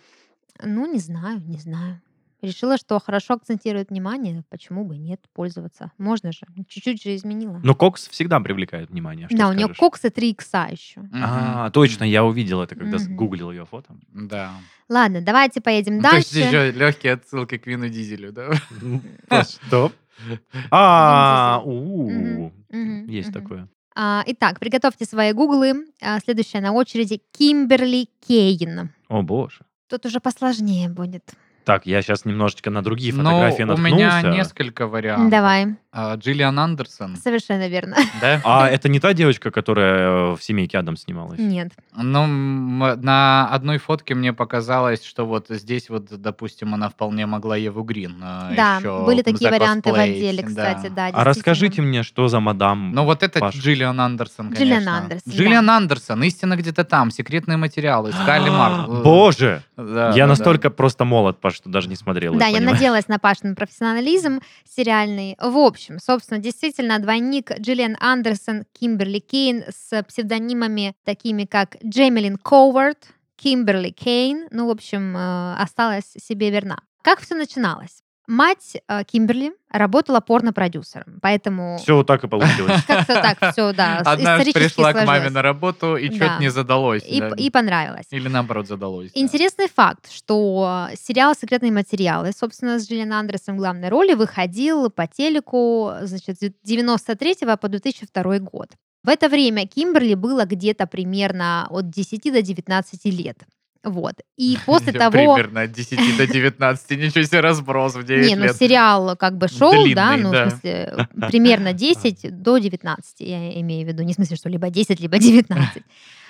[SPEAKER 1] Ну, не знаю, не знаю. Решила, что хорошо акцентирует внимание, почему бы нет пользоваться. Можно же, чуть-чуть же изменила.
[SPEAKER 3] Но Кокс всегда привлекает внимание. что
[SPEAKER 1] да, у нее
[SPEAKER 3] скажешь.
[SPEAKER 1] Кокс и 3 икса еще.
[SPEAKER 3] А, точно, я увидел это, когда
[SPEAKER 1] Мгм.
[SPEAKER 3] гуглил ее фото.
[SPEAKER 2] Мгм. Да. Ну,
[SPEAKER 1] Ладно, давайте поедем
[SPEAKER 2] То есть
[SPEAKER 1] дальше.
[SPEAKER 2] еще легкие отсылки к Вину Дизелю, да?
[SPEAKER 3] Что? А,
[SPEAKER 1] Вин
[SPEAKER 3] у,
[SPEAKER 1] Мгм,
[SPEAKER 3] есть
[SPEAKER 1] мгм.
[SPEAKER 3] такое.
[SPEAKER 1] А, итак, приготовьте свои гуглы. А, следующая на очереди Кимберли Кейн.
[SPEAKER 3] О боже.
[SPEAKER 1] Тут уже посложнее будет.
[SPEAKER 3] Так, я сейчас немножечко на другие
[SPEAKER 2] Но
[SPEAKER 3] фотографии
[SPEAKER 2] Ну, у
[SPEAKER 3] наткнулся.
[SPEAKER 2] меня несколько вариантов.
[SPEAKER 1] Давай,
[SPEAKER 2] А, Джиллиан Андерсон,
[SPEAKER 1] совершенно верно.
[SPEAKER 2] да?
[SPEAKER 3] А это не та девочка, которая э, в «Семейке Адам» снималась?
[SPEAKER 1] Нет.
[SPEAKER 2] Ну, м, на одной фотке мне показалось, что вот здесь вот, допустим, она вполне могла Еву Грин а,
[SPEAKER 1] Да,
[SPEAKER 2] еще
[SPEAKER 1] были такие варианты в
[SPEAKER 2] закосплеить,
[SPEAKER 1] отделе, кстати, да.
[SPEAKER 3] А расскажите мне, что за мадам?
[SPEAKER 2] Ну вот это
[SPEAKER 3] Паш.
[SPEAKER 2] Джиллиан Андерсон, конечно.
[SPEAKER 1] Джиллиан Андерсон,
[SPEAKER 2] Джиллиан Андерсон, истина где-то там, секретные материалы, Скалли Марк. Э,
[SPEAKER 3] А, Боже!
[SPEAKER 2] да, да,
[SPEAKER 3] я
[SPEAKER 2] да.
[SPEAKER 3] настолько просто молод, Паш, что даже не смотрел.
[SPEAKER 1] Да, я
[SPEAKER 3] понимаешь?
[SPEAKER 1] надеялась на Пашин профессионализм сериальный. В общем, собственно, действительно, двойник Джиллиан Андерсон, Кимберли Кейн с псевдонимами такими, как Джемилин Ковард, Кимберли Кейн. Ну, в общем, э, осталась себе верна. Как все начиналось? Мать э, Кимберли работала порно-продюсером, поэтому
[SPEAKER 3] Все вот так и получилось.
[SPEAKER 1] как-то так все, да, с-
[SPEAKER 2] Однажды
[SPEAKER 1] исторически
[SPEAKER 2] пришла к маме
[SPEAKER 1] сложилось.
[SPEAKER 2] на работу, и
[SPEAKER 1] Да.
[SPEAKER 2] что-то не задалось.
[SPEAKER 1] И-
[SPEAKER 2] да.
[SPEAKER 1] и понравилось.
[SPEAKER 2] Или наоборот задалось. да.
[SPEAKER 1] Интересный факт, что э, сериал «Секретные материалы», собственно, с Джиллиан Андерсом в главной роли, выходил по телеку значит, с 93 по 2002 год. В это время Кимберли было где-то примерно от 10 до 19 лет. Вот. И после того...
[SPEAKER 2] Примерно от 10 до 19, ничего себе разброс в 9
[SPEAKER 1] Не, ну
[SPEAKER 2] лет.
[SPEAKER 1] сериал как бы шел, да,
[SPEAKER 2] Длинный,
[SPEAKER 1] ну,
[SPEAKER 2] да.
[SPEAKER 1] в смысле, примерно 10 до 19, я имею в виду. Не в смысле, что либо 10, либо 19.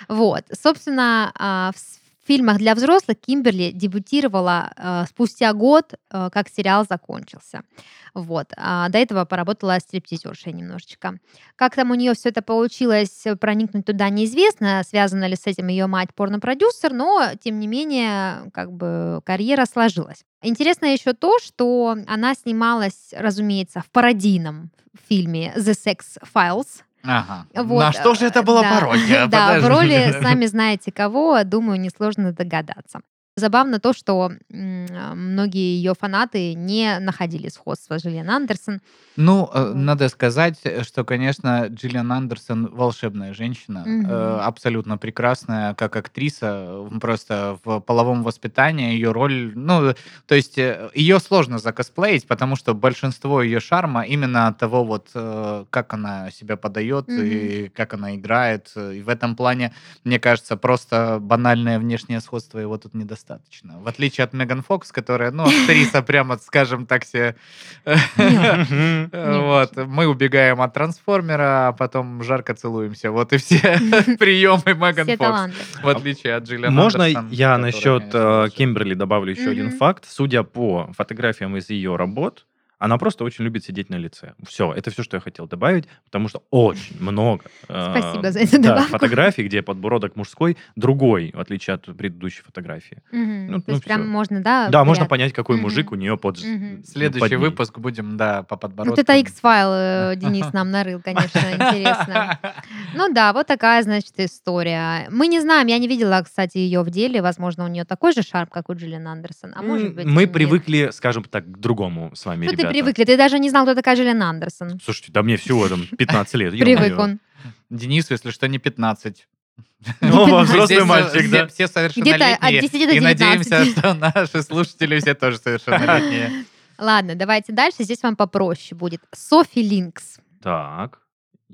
[SPEAKER 1] Вот. Собственно, а, в с- фильмах для взрослых Кимберли дебютировала а, спустя год, а, как сериал закончился. Вот. А До этого поработала стриптизершей немножечко. Как там у нее все это получилось э, проникнуть туда, неизвестно. Связана ли с этим ее мать порнопродюсер, но, тем не менее, как бы карьера сложилась. Интересно еще то, что она снималась, разумеется, в пародийном фильме «The Sex Files»,
[SPEAKER 2] Ага.
[SPEAKER 1] вот,
[SPEAKER 2] На что же это
[SPEAKER 1] э,
[SPEAKER 2] была
[SPEAKER 1] да. Да,
[SPEAKER 2] пародия?
[SPEAKER 1] в
[SPEAKER 2] А Подожди.
[SPEAKER 1] роли, сами знаете кого, думаю, несложно догадаться. Забавно то, что м, многие ее фанаты не находили сходства с Джиллиан Андерсон.
[SPEAKER 2] Ну, э,
[SPEAKER 1] Вот.
[SPEAKER 2] надо сказать, э, что, конечно, Джиллиан Андерсон волшебная женщина,
[SPEAKER 1] Мгм.
[SPEAKER 2] э, абсолютно прекрасная как актриса, м, просто в половом воспитании ее роль, ну, то есть э, ее сложно закосплеить, потому что большинство ее шарма именно от того вот, э, как она себя подает и как она играет, э, и в этом плане, мне кажется, просто банальное внешнее сходство его тут недостаточно. В отличие от Меган Фокс, которая, ну, актриса прямо, скажем так себе...
[SPEAKER 3] Мгм.
[SPEAKER 1] Не
[SPEAKER 2] Э, Вот, мы убегаем от трансформера, а потом жарко целуемся. Вот и все приемы Меган
[SPEAKER 1] Все
[SPEAKER 2] Фокс.
[SPEAKER 1] таланты.
[SPEAKER 2] В отличие от Джиллиан
[SPEAKER 3] Можно
[SPEAKER 2] Андерсон,
[SPEAKER 3] я
[SPEAKER 2] которая,
[SPEAKER 3] насчет
[SPEAKER 2] конечно,
[SPEAKER 3] э,
[SPEAKER 2] лучше.
[SPEAKER 3] Кимберли добавлю еще один
[SPEAKER 1] Мгм.
[SPEAKER 3] факт? Судя по фотографиям из ее работ, она просто очень любит сидеть на лице. Все, это все, что я хотел добавить, потому что очень много э,
[SPEAKER 1] Спасибо за эту
[SPEAKER 3] да,
[SPEAKER 1] добавку.
[SPEAKER 3] фотографий, где подбородок мужской другой, в отличие от предыдущей фотографии.
[SPEAKER 1] Мгм.
[SPEAKER 3] Ну,
[SPEAKER 1] То есть
[SPEAKER 3] ну,
[SPEAKER 1] прям
[SPEAKER 3] всё.
[SPEAKER 1] можно, А, да?
[SPEAKER 3] да, можно
[SPEAKER 1] понять.
[SPEAKER 3] понять, какой
[SPEAKER 1] Мгм.
[SPEAKER 3] мужик у нее под...
[SPEAKER 1] Мгм.
[SPEAKER 3] под
[SPEAKER 2] Следующий
[SPEAKER 3] ней.
[SPEAKER 2] выпуск будем, да, по подбородку.
[SPEAKER 1] Вот это X-файл э, Денис нам нарыл, конечно, интересно. Ну да, вот такая, значит, история. Мы не знаем, я не видела, кстати, ее в деле. Возможно, у нее такой же шарм, как у Джиллиан Андерсон. А может
[SPEAKER 3] М,
[SPEAKER 1] быть,
[SPEAKER 3] Мы
[SPEAKER 1] и нет.
[SPEAKER 3] привыкли, скажем так, к другому с вами,
[SPEAKER 1] Ну ты
[SPEAKER 3] ребята.
[SPEAKER 1] привыкли, ты даже не знал, кто такая Джиллиан Андерсон.
[SPEAKER 3] Слушайте, да мне всего там 15 лет.
[SPEAKER 1] Привык
[SPEAKER 3] ё-моё.
[SPEAKER 1] он.
[SPEAKER 2] Денису, если что, не 15.
[SPEAKER 3] Ну,
[SPEAKER 1] Не
[SPEAKER 3] взрослый
[SPEAKER 2] Здесь, э,
[SPEAKER 3] мальчик,
[SPEAKER 2] все-
[SPEAKER 3] да.
[SPEAKER 2] Все совершеннолетние.
[SPEAKER 1] Где-то от 10 до
[SPEAKER 2] И
[SPEAKER 1] 19.
[SPEAKER 2] надеемся, что наши слушатели все тоже совершеннолетние.
[SPEAKER 1] Ладно, давайте дальше. Здесь вам попроще будет. Софи Линкс.
[SPEAKER 3] Так.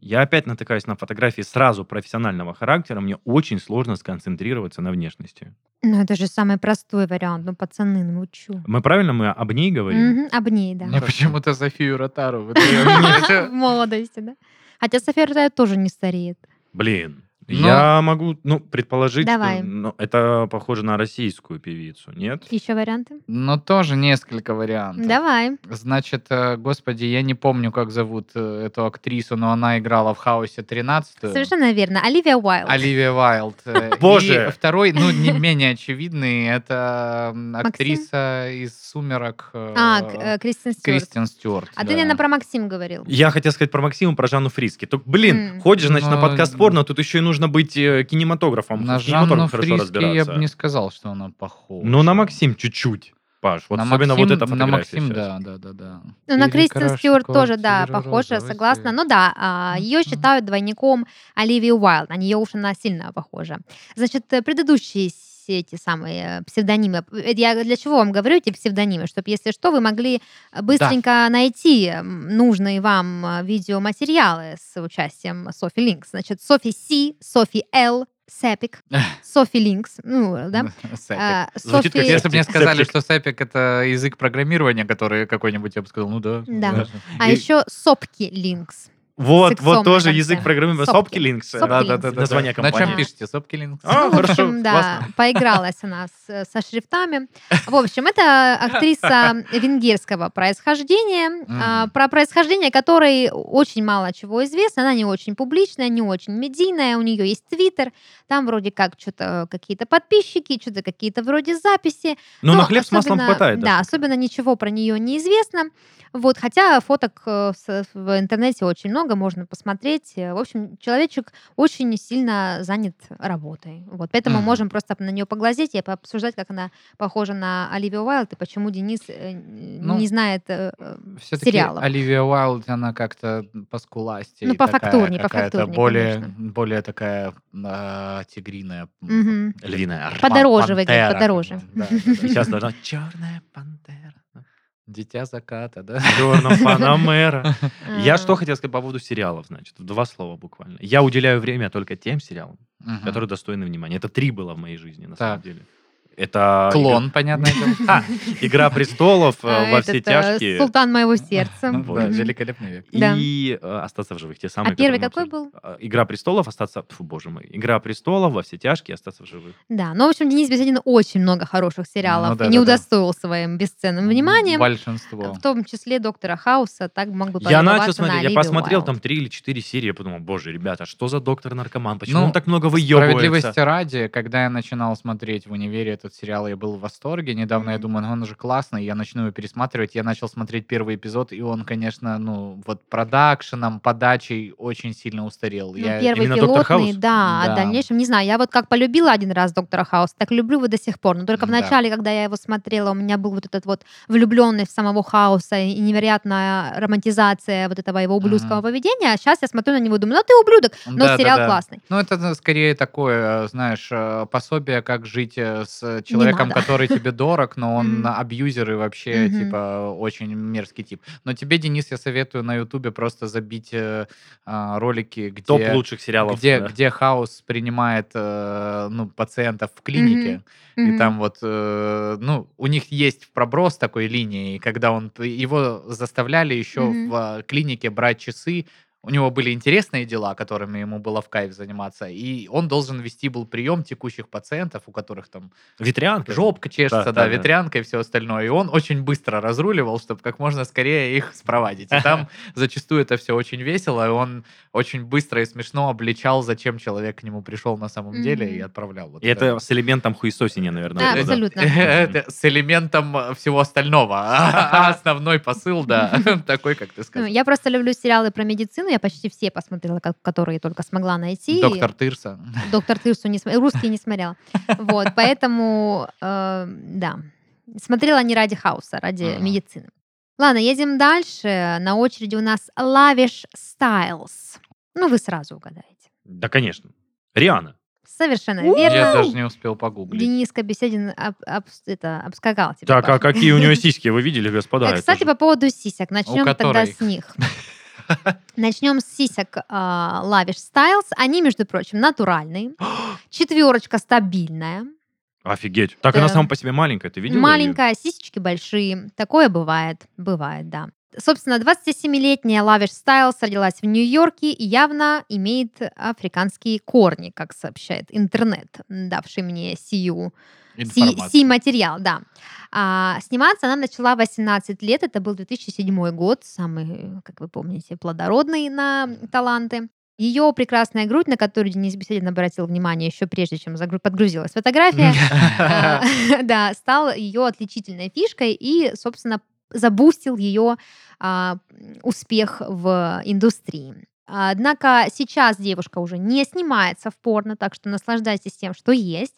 [SPEAKER 3] Я опять натыкаюсь на фотографии сразу профессионального характера. Мне очень сложно сконцентрироваться на внешности.
[SPEAKER 1] Ну, это же самый простой вариант. Ну, пацаны, ну вы чё?
[SPEAKER 3] Мы правильно мы об ней говорим?
[SPEAKER 1] Мгм, Об ней, да.
[SPEAKER 2] Мне
[SPEAKER 3] Хорошо.
[SPEAKER 2] почему-то Софию Ротару.
[SPEAKER 1] В молодости, да. Хотя София Ротару тоже не стареет.
[SPEAKER 3] Блин.
[SPEAKER 2] Но-
[SPEAKER 3] Я могу, ну, предположить,
[SPEAKER 1] Давай.
[SPEAKER 3] что ну, это похоже на российскую певицу, нет?
[SPEAKER 1] Еще варианты?
[SPEAKER 2] Но Ну, тоже несколько вариантов.
[SPEAKER 1] Давай.
[SPEAKER 2] Значит, э, господи, я не помню, как зовут э, эту актрису, но она играла в «Хаосе 13».
[SPEAKER 1] Совершенно верно. Оливия Уайлд.
[SPEAKER 2] Оливия Уайлд. Э,
[SPEAKER 3] Боже!
[SPEAKER 2] И второй, ну, не менее очевидный, это м, актриса из «Сумерок» э,
[SPEAKER 1] А, к- э, Кристен Стюарт.
[SPEAKER 2] Кристин Стюарт.
[SPEAKER 1] А ты,
[SPEAKER 2] да.
[SPEAKER 1] наверное, про Максим говорил.
[SPEAKER 3] Я хотел сказать про Максима, про Жанну Фриски. Так, блин,
[SPEAKER 1] М.
[SPEAKER 3] ходишь, значит, на
[SPEAKER 2] Но-
[SPEAKER 3] подкаст порно, тут еще и нужно быть э, кинематографом.
[SPEAKER 2] На
[SPEAKER 3] С кинематографом
[SPEAKER 2] Жанну
[SPEAKER 3] хорошо
[SPEAKER 2] Фриски я
[SPEAKER 3] разбираться.
[SPEAKER 2] бы не сказал, что она похожа.
[SPEAKER 3] Ну, на Максим чуть-чуть, Паш. Вот
[SPEAKER 2] На
[SPEAKER 3] особенно
[SPEAKER 2] Максим-
[SPEAKER 3] вот эта фотография
[SPEAKER 2] На Максим,
[SPEAKER 3] сейчас.
[SPEAKER 2] да, да, да, да.
[SPEAKER 1] Ну, на
[SPEAKER 2] Или
[SPEAKER 1] Кристен
[SPEAKER 2] «Краш
[SPEAKER 1] Стюарт тоже, да,
[SPEAKER 2] квартира
[SPEAKER 1] похожа,
[SPEAKER 2] розовый
[SPEAKER 1] согласна.
[SPEAKER 2] свет».
[SPEAKER 1] Ну да,
[SPEAKER 2] Мгм.
[SPEAKER 1] ее считают двойником Оливии Уайлд. На нее уж она сильно похожа. Значит, э, предыдущие с- эти самые э, псевдонимы. э, Я для чего вам говорю эти псевдонимы? Чтобы, если что, вы могли быстренько найти м, нужные вам э, видеоматериалы с участием Софи Линкс. Значит, Софи Си, Софи Л, Сэпик, Софи Линкс, ну, да?
[SPEAKER 2] Сэпик.
[SPEAKER 1] А,
[SPEAKER 3] Звучит как
[SPEAKER 1] Софи-
[SPEAKER 2] Если бы мне
[SPEAKER 3] Сэпик.
[SPEAKER 2] сказали, что Сэпик это язык программирования, который какой-нибудь, я бы сказал, ну да.
[SPEAKER 1] Да.
[SPEAKER 2] конечно.
[SPEAKER 1] А
[SPEAKER 3] И-
[SPEAKER 1] еще Сопки Линкс.
[SPEAKER 3] Вот,
[SPEAKER 1] Сексом на
[SPEAKER 3] вот тоже
[SPEAKER 1] конце.
[SPEAKER 3] язык программы
[SPEAKER 1] Сопки.
[SPEAKER 3] Сопки Линкс. э,
[SPEAKER 1] Сопки
[SPEAKER 3] Да-да-да-да-да.
[SPEAKER 1] Links.
[SPEAKER 3] Название
[SPEAKER 2] На
[SPEAKER 3] компании.
[SPEAKER 2] чем
[SPEAKER 1] Да.
[SPEAKER 2] а пишете? Сопки Linux?
[SPEAKER 3] А,
[SPEAKER 1] Ну, в
[SPEAKER 3] хорошо,
[SPEAKER 1] общем, да,
[SPEAKER 3] классно.
[SPEAKER 1] поигралась она с- со шрифтами. В общем, это актриса венгерского происхождения, а,
[SPEAKER 2] Мгм.
[SPEAKER 1] про происхождение которой очень мало чего известно. Она не очень публичная, не очень медийная, у нее есть твиттер, там вроде как что-то какие-то подписчики, что-то какие-то вроде записи.
[SPEAKER 3] Ну,
[SPEAKER 1] Но
[SPEAKER 3] на хлеб с маслом
[SPEAKER 1] особенно-
[SPEAKER 3] хватает.
[SPEAKER 1] Да, особенно ничего про нее не известно. Вот, хотя фоток э, с- в интернете очень много, можно посмотреть. Э, В общем, человечек очень сильно занят работой. Вот, поэтому
[SPEAKER 2] Мгм.
[SPEAKER 1] можем просто на нее поглазеть и пообсуждать, как она похожа на Оливию Уайлд и почему Денис э, н-
[SPEAKER 2] Ну,
[SPEAKER 1] не знает э, э,
[SPEAKER 2] Все-таки
[SPEAKER 1] сериалов.
[SPEAKER 2] Оливия Уайлд, она как-то поскуластее.
[SPEAKER 1] Ну,
[SPEAKER 2] и такая
[SPEAKER 1] пофактурнее,
[SPEAKER 2] какая-то
[SPEAKER 1] пофактурнее,
[SPEAKER 2] более,
[SPEAKER 1] конечно.
[SPEAKER 2] более такая а, тигриная.
[SPEAKER 1] Мгм.
[SPEAKER 3] Львиная. ар-
[SPEAKER 1] Подороже
[SPEAKER 2] Пан-
[SPEAKER 1] выглядит,
[SPEAKER 2] пантера,
[SPEAKER 1] подороже.
[SPEAKER 2] как бы, да.
[SPEAKER 3] Сейчас должна... Черная пантера.
[SPEAKER 2] Дитя заката, да?
[SPEAKER 3] Черная панамера. Я
[SPEAKER 1] А,
[SPEAKER 3] что хотел сказать по поводу сериалов, значит. в Два слова буквально. Я уделяю время только тем сериалам,
[SPEAKER 2] Мгм.
[SPEAKER 3] которые достойны внимания. Это три было в моей жизни, на самом
[SPEAKER 2] Так.
[SPEAKER 3] деле. Это...
[SPEAKER 2] Клон, понятное дело.
[SPEAKER 3] «Игра- «Игра престолов»,
[SPEAKER 1] а,
[SPEAKER 3] э, «Во
[SPEAKER 1] этот,
[SPEAKER 3] все
[SPEAKER 1] э,
[SPEAKER 3] тяжкие».
[SPEAKER 1] Султан моего сердца.
[SPEAKER 2] Ну, да,
[SPEAKER 3] Вот.
[SPEAKER 2] Великолепный век.
[SPEAKER 1] Да.
[SPEAKER 3] И э, остаться в живых. Те самые,
[SPEAKER 1] А первый
[SPEAKER 3] которые мы
[SPEAKER 1] какой
[SPEAKER 3] обсуждали.
[SPEAKER 1] был?
[SPEAKER 3] А, Игра престолов, остаться... Фу, боже мой. Игра престолов, во все тяжкие, остаться в живых.
[SPEAKER 1] Да, ну, в общем, Денис Беседин очень много
[SPEAKER 3] Ну
[SPEAKER 1] хороших сериалов
[SPEAKER 2] да,
[SPEAKER 1] и не
[SPEAKER 2] да, да.
[SPEAKER 1] удостоил своим бесценным вниманием.
[SPEAKER 2] Большинство.
[SPEAKER 1] А В том числе доктора Хауса, так мог бы
[SPEAKER 3] Я начал
[SPEAKER 1] полюбоваться на
[SPEAKER 3] смотреть, я
[SPEAKER 1] Оливию
[SPEAKER 3] посмотрел
[SPEAKER 1] Уайлд.
[SPEAKER 3] там три или четыре серии, я подумал, боже, ребята, что за доктор-наркоман? Почему
[SPEAKER 2] Ну,
[SPEAKER 3] он так много выебывается?
[SPEAKER 2] Справедливости ради, когда я начинал смотреть в универе этот сериал, я был в восторге. Недавно я
[SPEAKER 1] Мгм.
[SPEAKER 2] думаю, ну он же классный, я начну его пересматривать. Я начал смотреть первый эпизод, и он, конечно, ну вот продакшеном, подачей очень сильно устарел.
[SPEAKER 1] Ну,
[SPEAKER 2] я...
[SPEAKER 1] первый
[SPEAKER 3] Именно «Доктор
[SPEAKER 1] пилотный,
[SPEAKER 3] Хаус»?
[SPEAKER 1] да,
[SPEAKER 2] Да.
[SPEAKER 1] а в дальнейшем, не знаю, я вот как полюбила один раз доктора Хауса, так люблю его до сих пор, но только в
[SPEAKER 2] М-да.
[SPEAKER 1] начале, когда я его смотрела, у меня был вот этот вот влюбленный в самого Хауса и невероятная романтизация вот этого его ублюдского
[SPEAKER 2] Мгм.
[SPEAKER 1] поведения, а сейчас я смотрю на него и думаю, ну ты ублюдок, но
[SPEAKER 2] Да, да,
[SPEAKER 1] сериал
[SPEAKER 2] да.
[SPEAKER 1] классный.
[SPEAKER 2] Ну, это ну, скорее такое, э, знаешь, э, пособие, как жить э, с человеком,
[SPEAKER 1] надо.
[SPEAKER 2] который тебе дорог, но он
[SPEAKER 1] Мгм.
[SPEAKER 2] абьюзер и вообще,
[SPEAKER 1] Мгм.
[SPEAKER 2] типа, очень мерзкий тип. Но тебе, Денис, я советую на Ютубе просто забить э, а, ролики, где...
[SPEAKER 3] Топ лучших сериалов.
[SPEAKER 2] где,
[SPEAKER 3] да.
[SPEAKER 2] где хаос принимает э, ну, пациентов в клинике, и
[SPEAKER 1] Мгм.
[SPEAKER 2] там вот, э, ну, у них есть проброс такой линии, и когда он, его заставляли еще
[SPEAKER 1] Мгм.
[SPEAKER 2] в э, клинике брать часы, у него были интересные дела, которыми ему было в кайф заниматься, и он должен вести был прием текущих пациентов, у которых там
[SPEAKER 3] Ветрянка.
[SPEAKER 2] жопка чешется, да,
[SPEAKER 3] да, да.
[SPEAKER 2] ветрянка и все остальное, и он очень быстро разруливал, чтобы как можно скорее их спровадить. И там зачастую это все очень весело, и он очень быстро и смешно обличал, зачем человек к нему пришел на самом деле, и
[SPEAKER 1] Мгм.
[SPEAKER 2] отправлял. вот
[SPEAKER 3] И это с элементом хуесосения, наверное.
[SPEAKER 1] Да,
[SPEAKER 3] было, да.
[SPEAKER 1] абсолютно.
[SPEAKER 2] Это с элементом э, всего остального. А Основной посыл, да, такой, как ты
[SPEAKER 1] Ну,
[SPEAKER 2] сказал.
[SPEAKER 1] я просто люблю сериалы про медицину, я почти все посмотрела, ко- которые только смогла найти. и-
[SPEAKER 2] Доктор Тырса.
[SPEAKER 1] Доктор Тырсу не смотрела, русский не смотрела. Вот, поэтому, э, да, смотрела не ради хаоса, ради
[SPEAKER 2] Мгм.
[SPEAKER 1] медицины. Ладно, едем дальше. На очереди у нас Лавиш Стайлз. Ну, вы сразу угадаете.
[SPEAKER 3] Да, конечно. Риана.
[SPEAKER 1] Совершенно
[SPEAKER 2] Я
[SPEAKER 1] верно.
[SPEAKER 2] даже не успел погуглить.
[SPEAKER 1] Дениска Беседин об- обс- это, обскакал тебя.
[SPEAKER 3] Так, а
[SPEAKER 1] Паша.
[SPEAKER 3] какие у нее сиськи, вы видели, господа?
[SPEAKER 1] Э,
[SPEAKER 3] это
[SPEAKER 1] Типа Кстати,
[SPEAKER 3] же-
[SPEAKER 1] по поводу сисек. Начнем тогда
[SPEAKER 2] которой?
[SPEAKER 1] с них. Начнем с сисек Лавиш Стайлз. Они, между прочим, натуральные. Четверочка стабильная.
[SPEAKER 3] Офигеть. Так
[SPEAKER 1] Да.
[SPEAKER 3] она сама по себе маленькая, ты видела её?
[SPEAKER 1] Маленькая, сисечки большие. Такое бывает. Бывает, да. Собственно, 27-летняя Лавиш Стайлс родилась в Нью-Йорке и явно имеет африканские корни, как сообщает интернет, давший мне сию, си,
[SPEAKER 2] Информация.
[SPEAKER 1] сий материал, да. А, сниматься она начала в 18 лет, это был 2007 год, самый, как вы помните, плодородный на таланты. Ее прекрасная грудь, на которую Денис Беседин обратил внимание еще прежде, чем загру- подгрузилась фотография, а, да, стал ее отличительной фишкой и, собственно, забустил ее а, успех в индустрии. Однако сейчас девушка уже не снимается в порно, так что наслаждайтесь тем, что есть.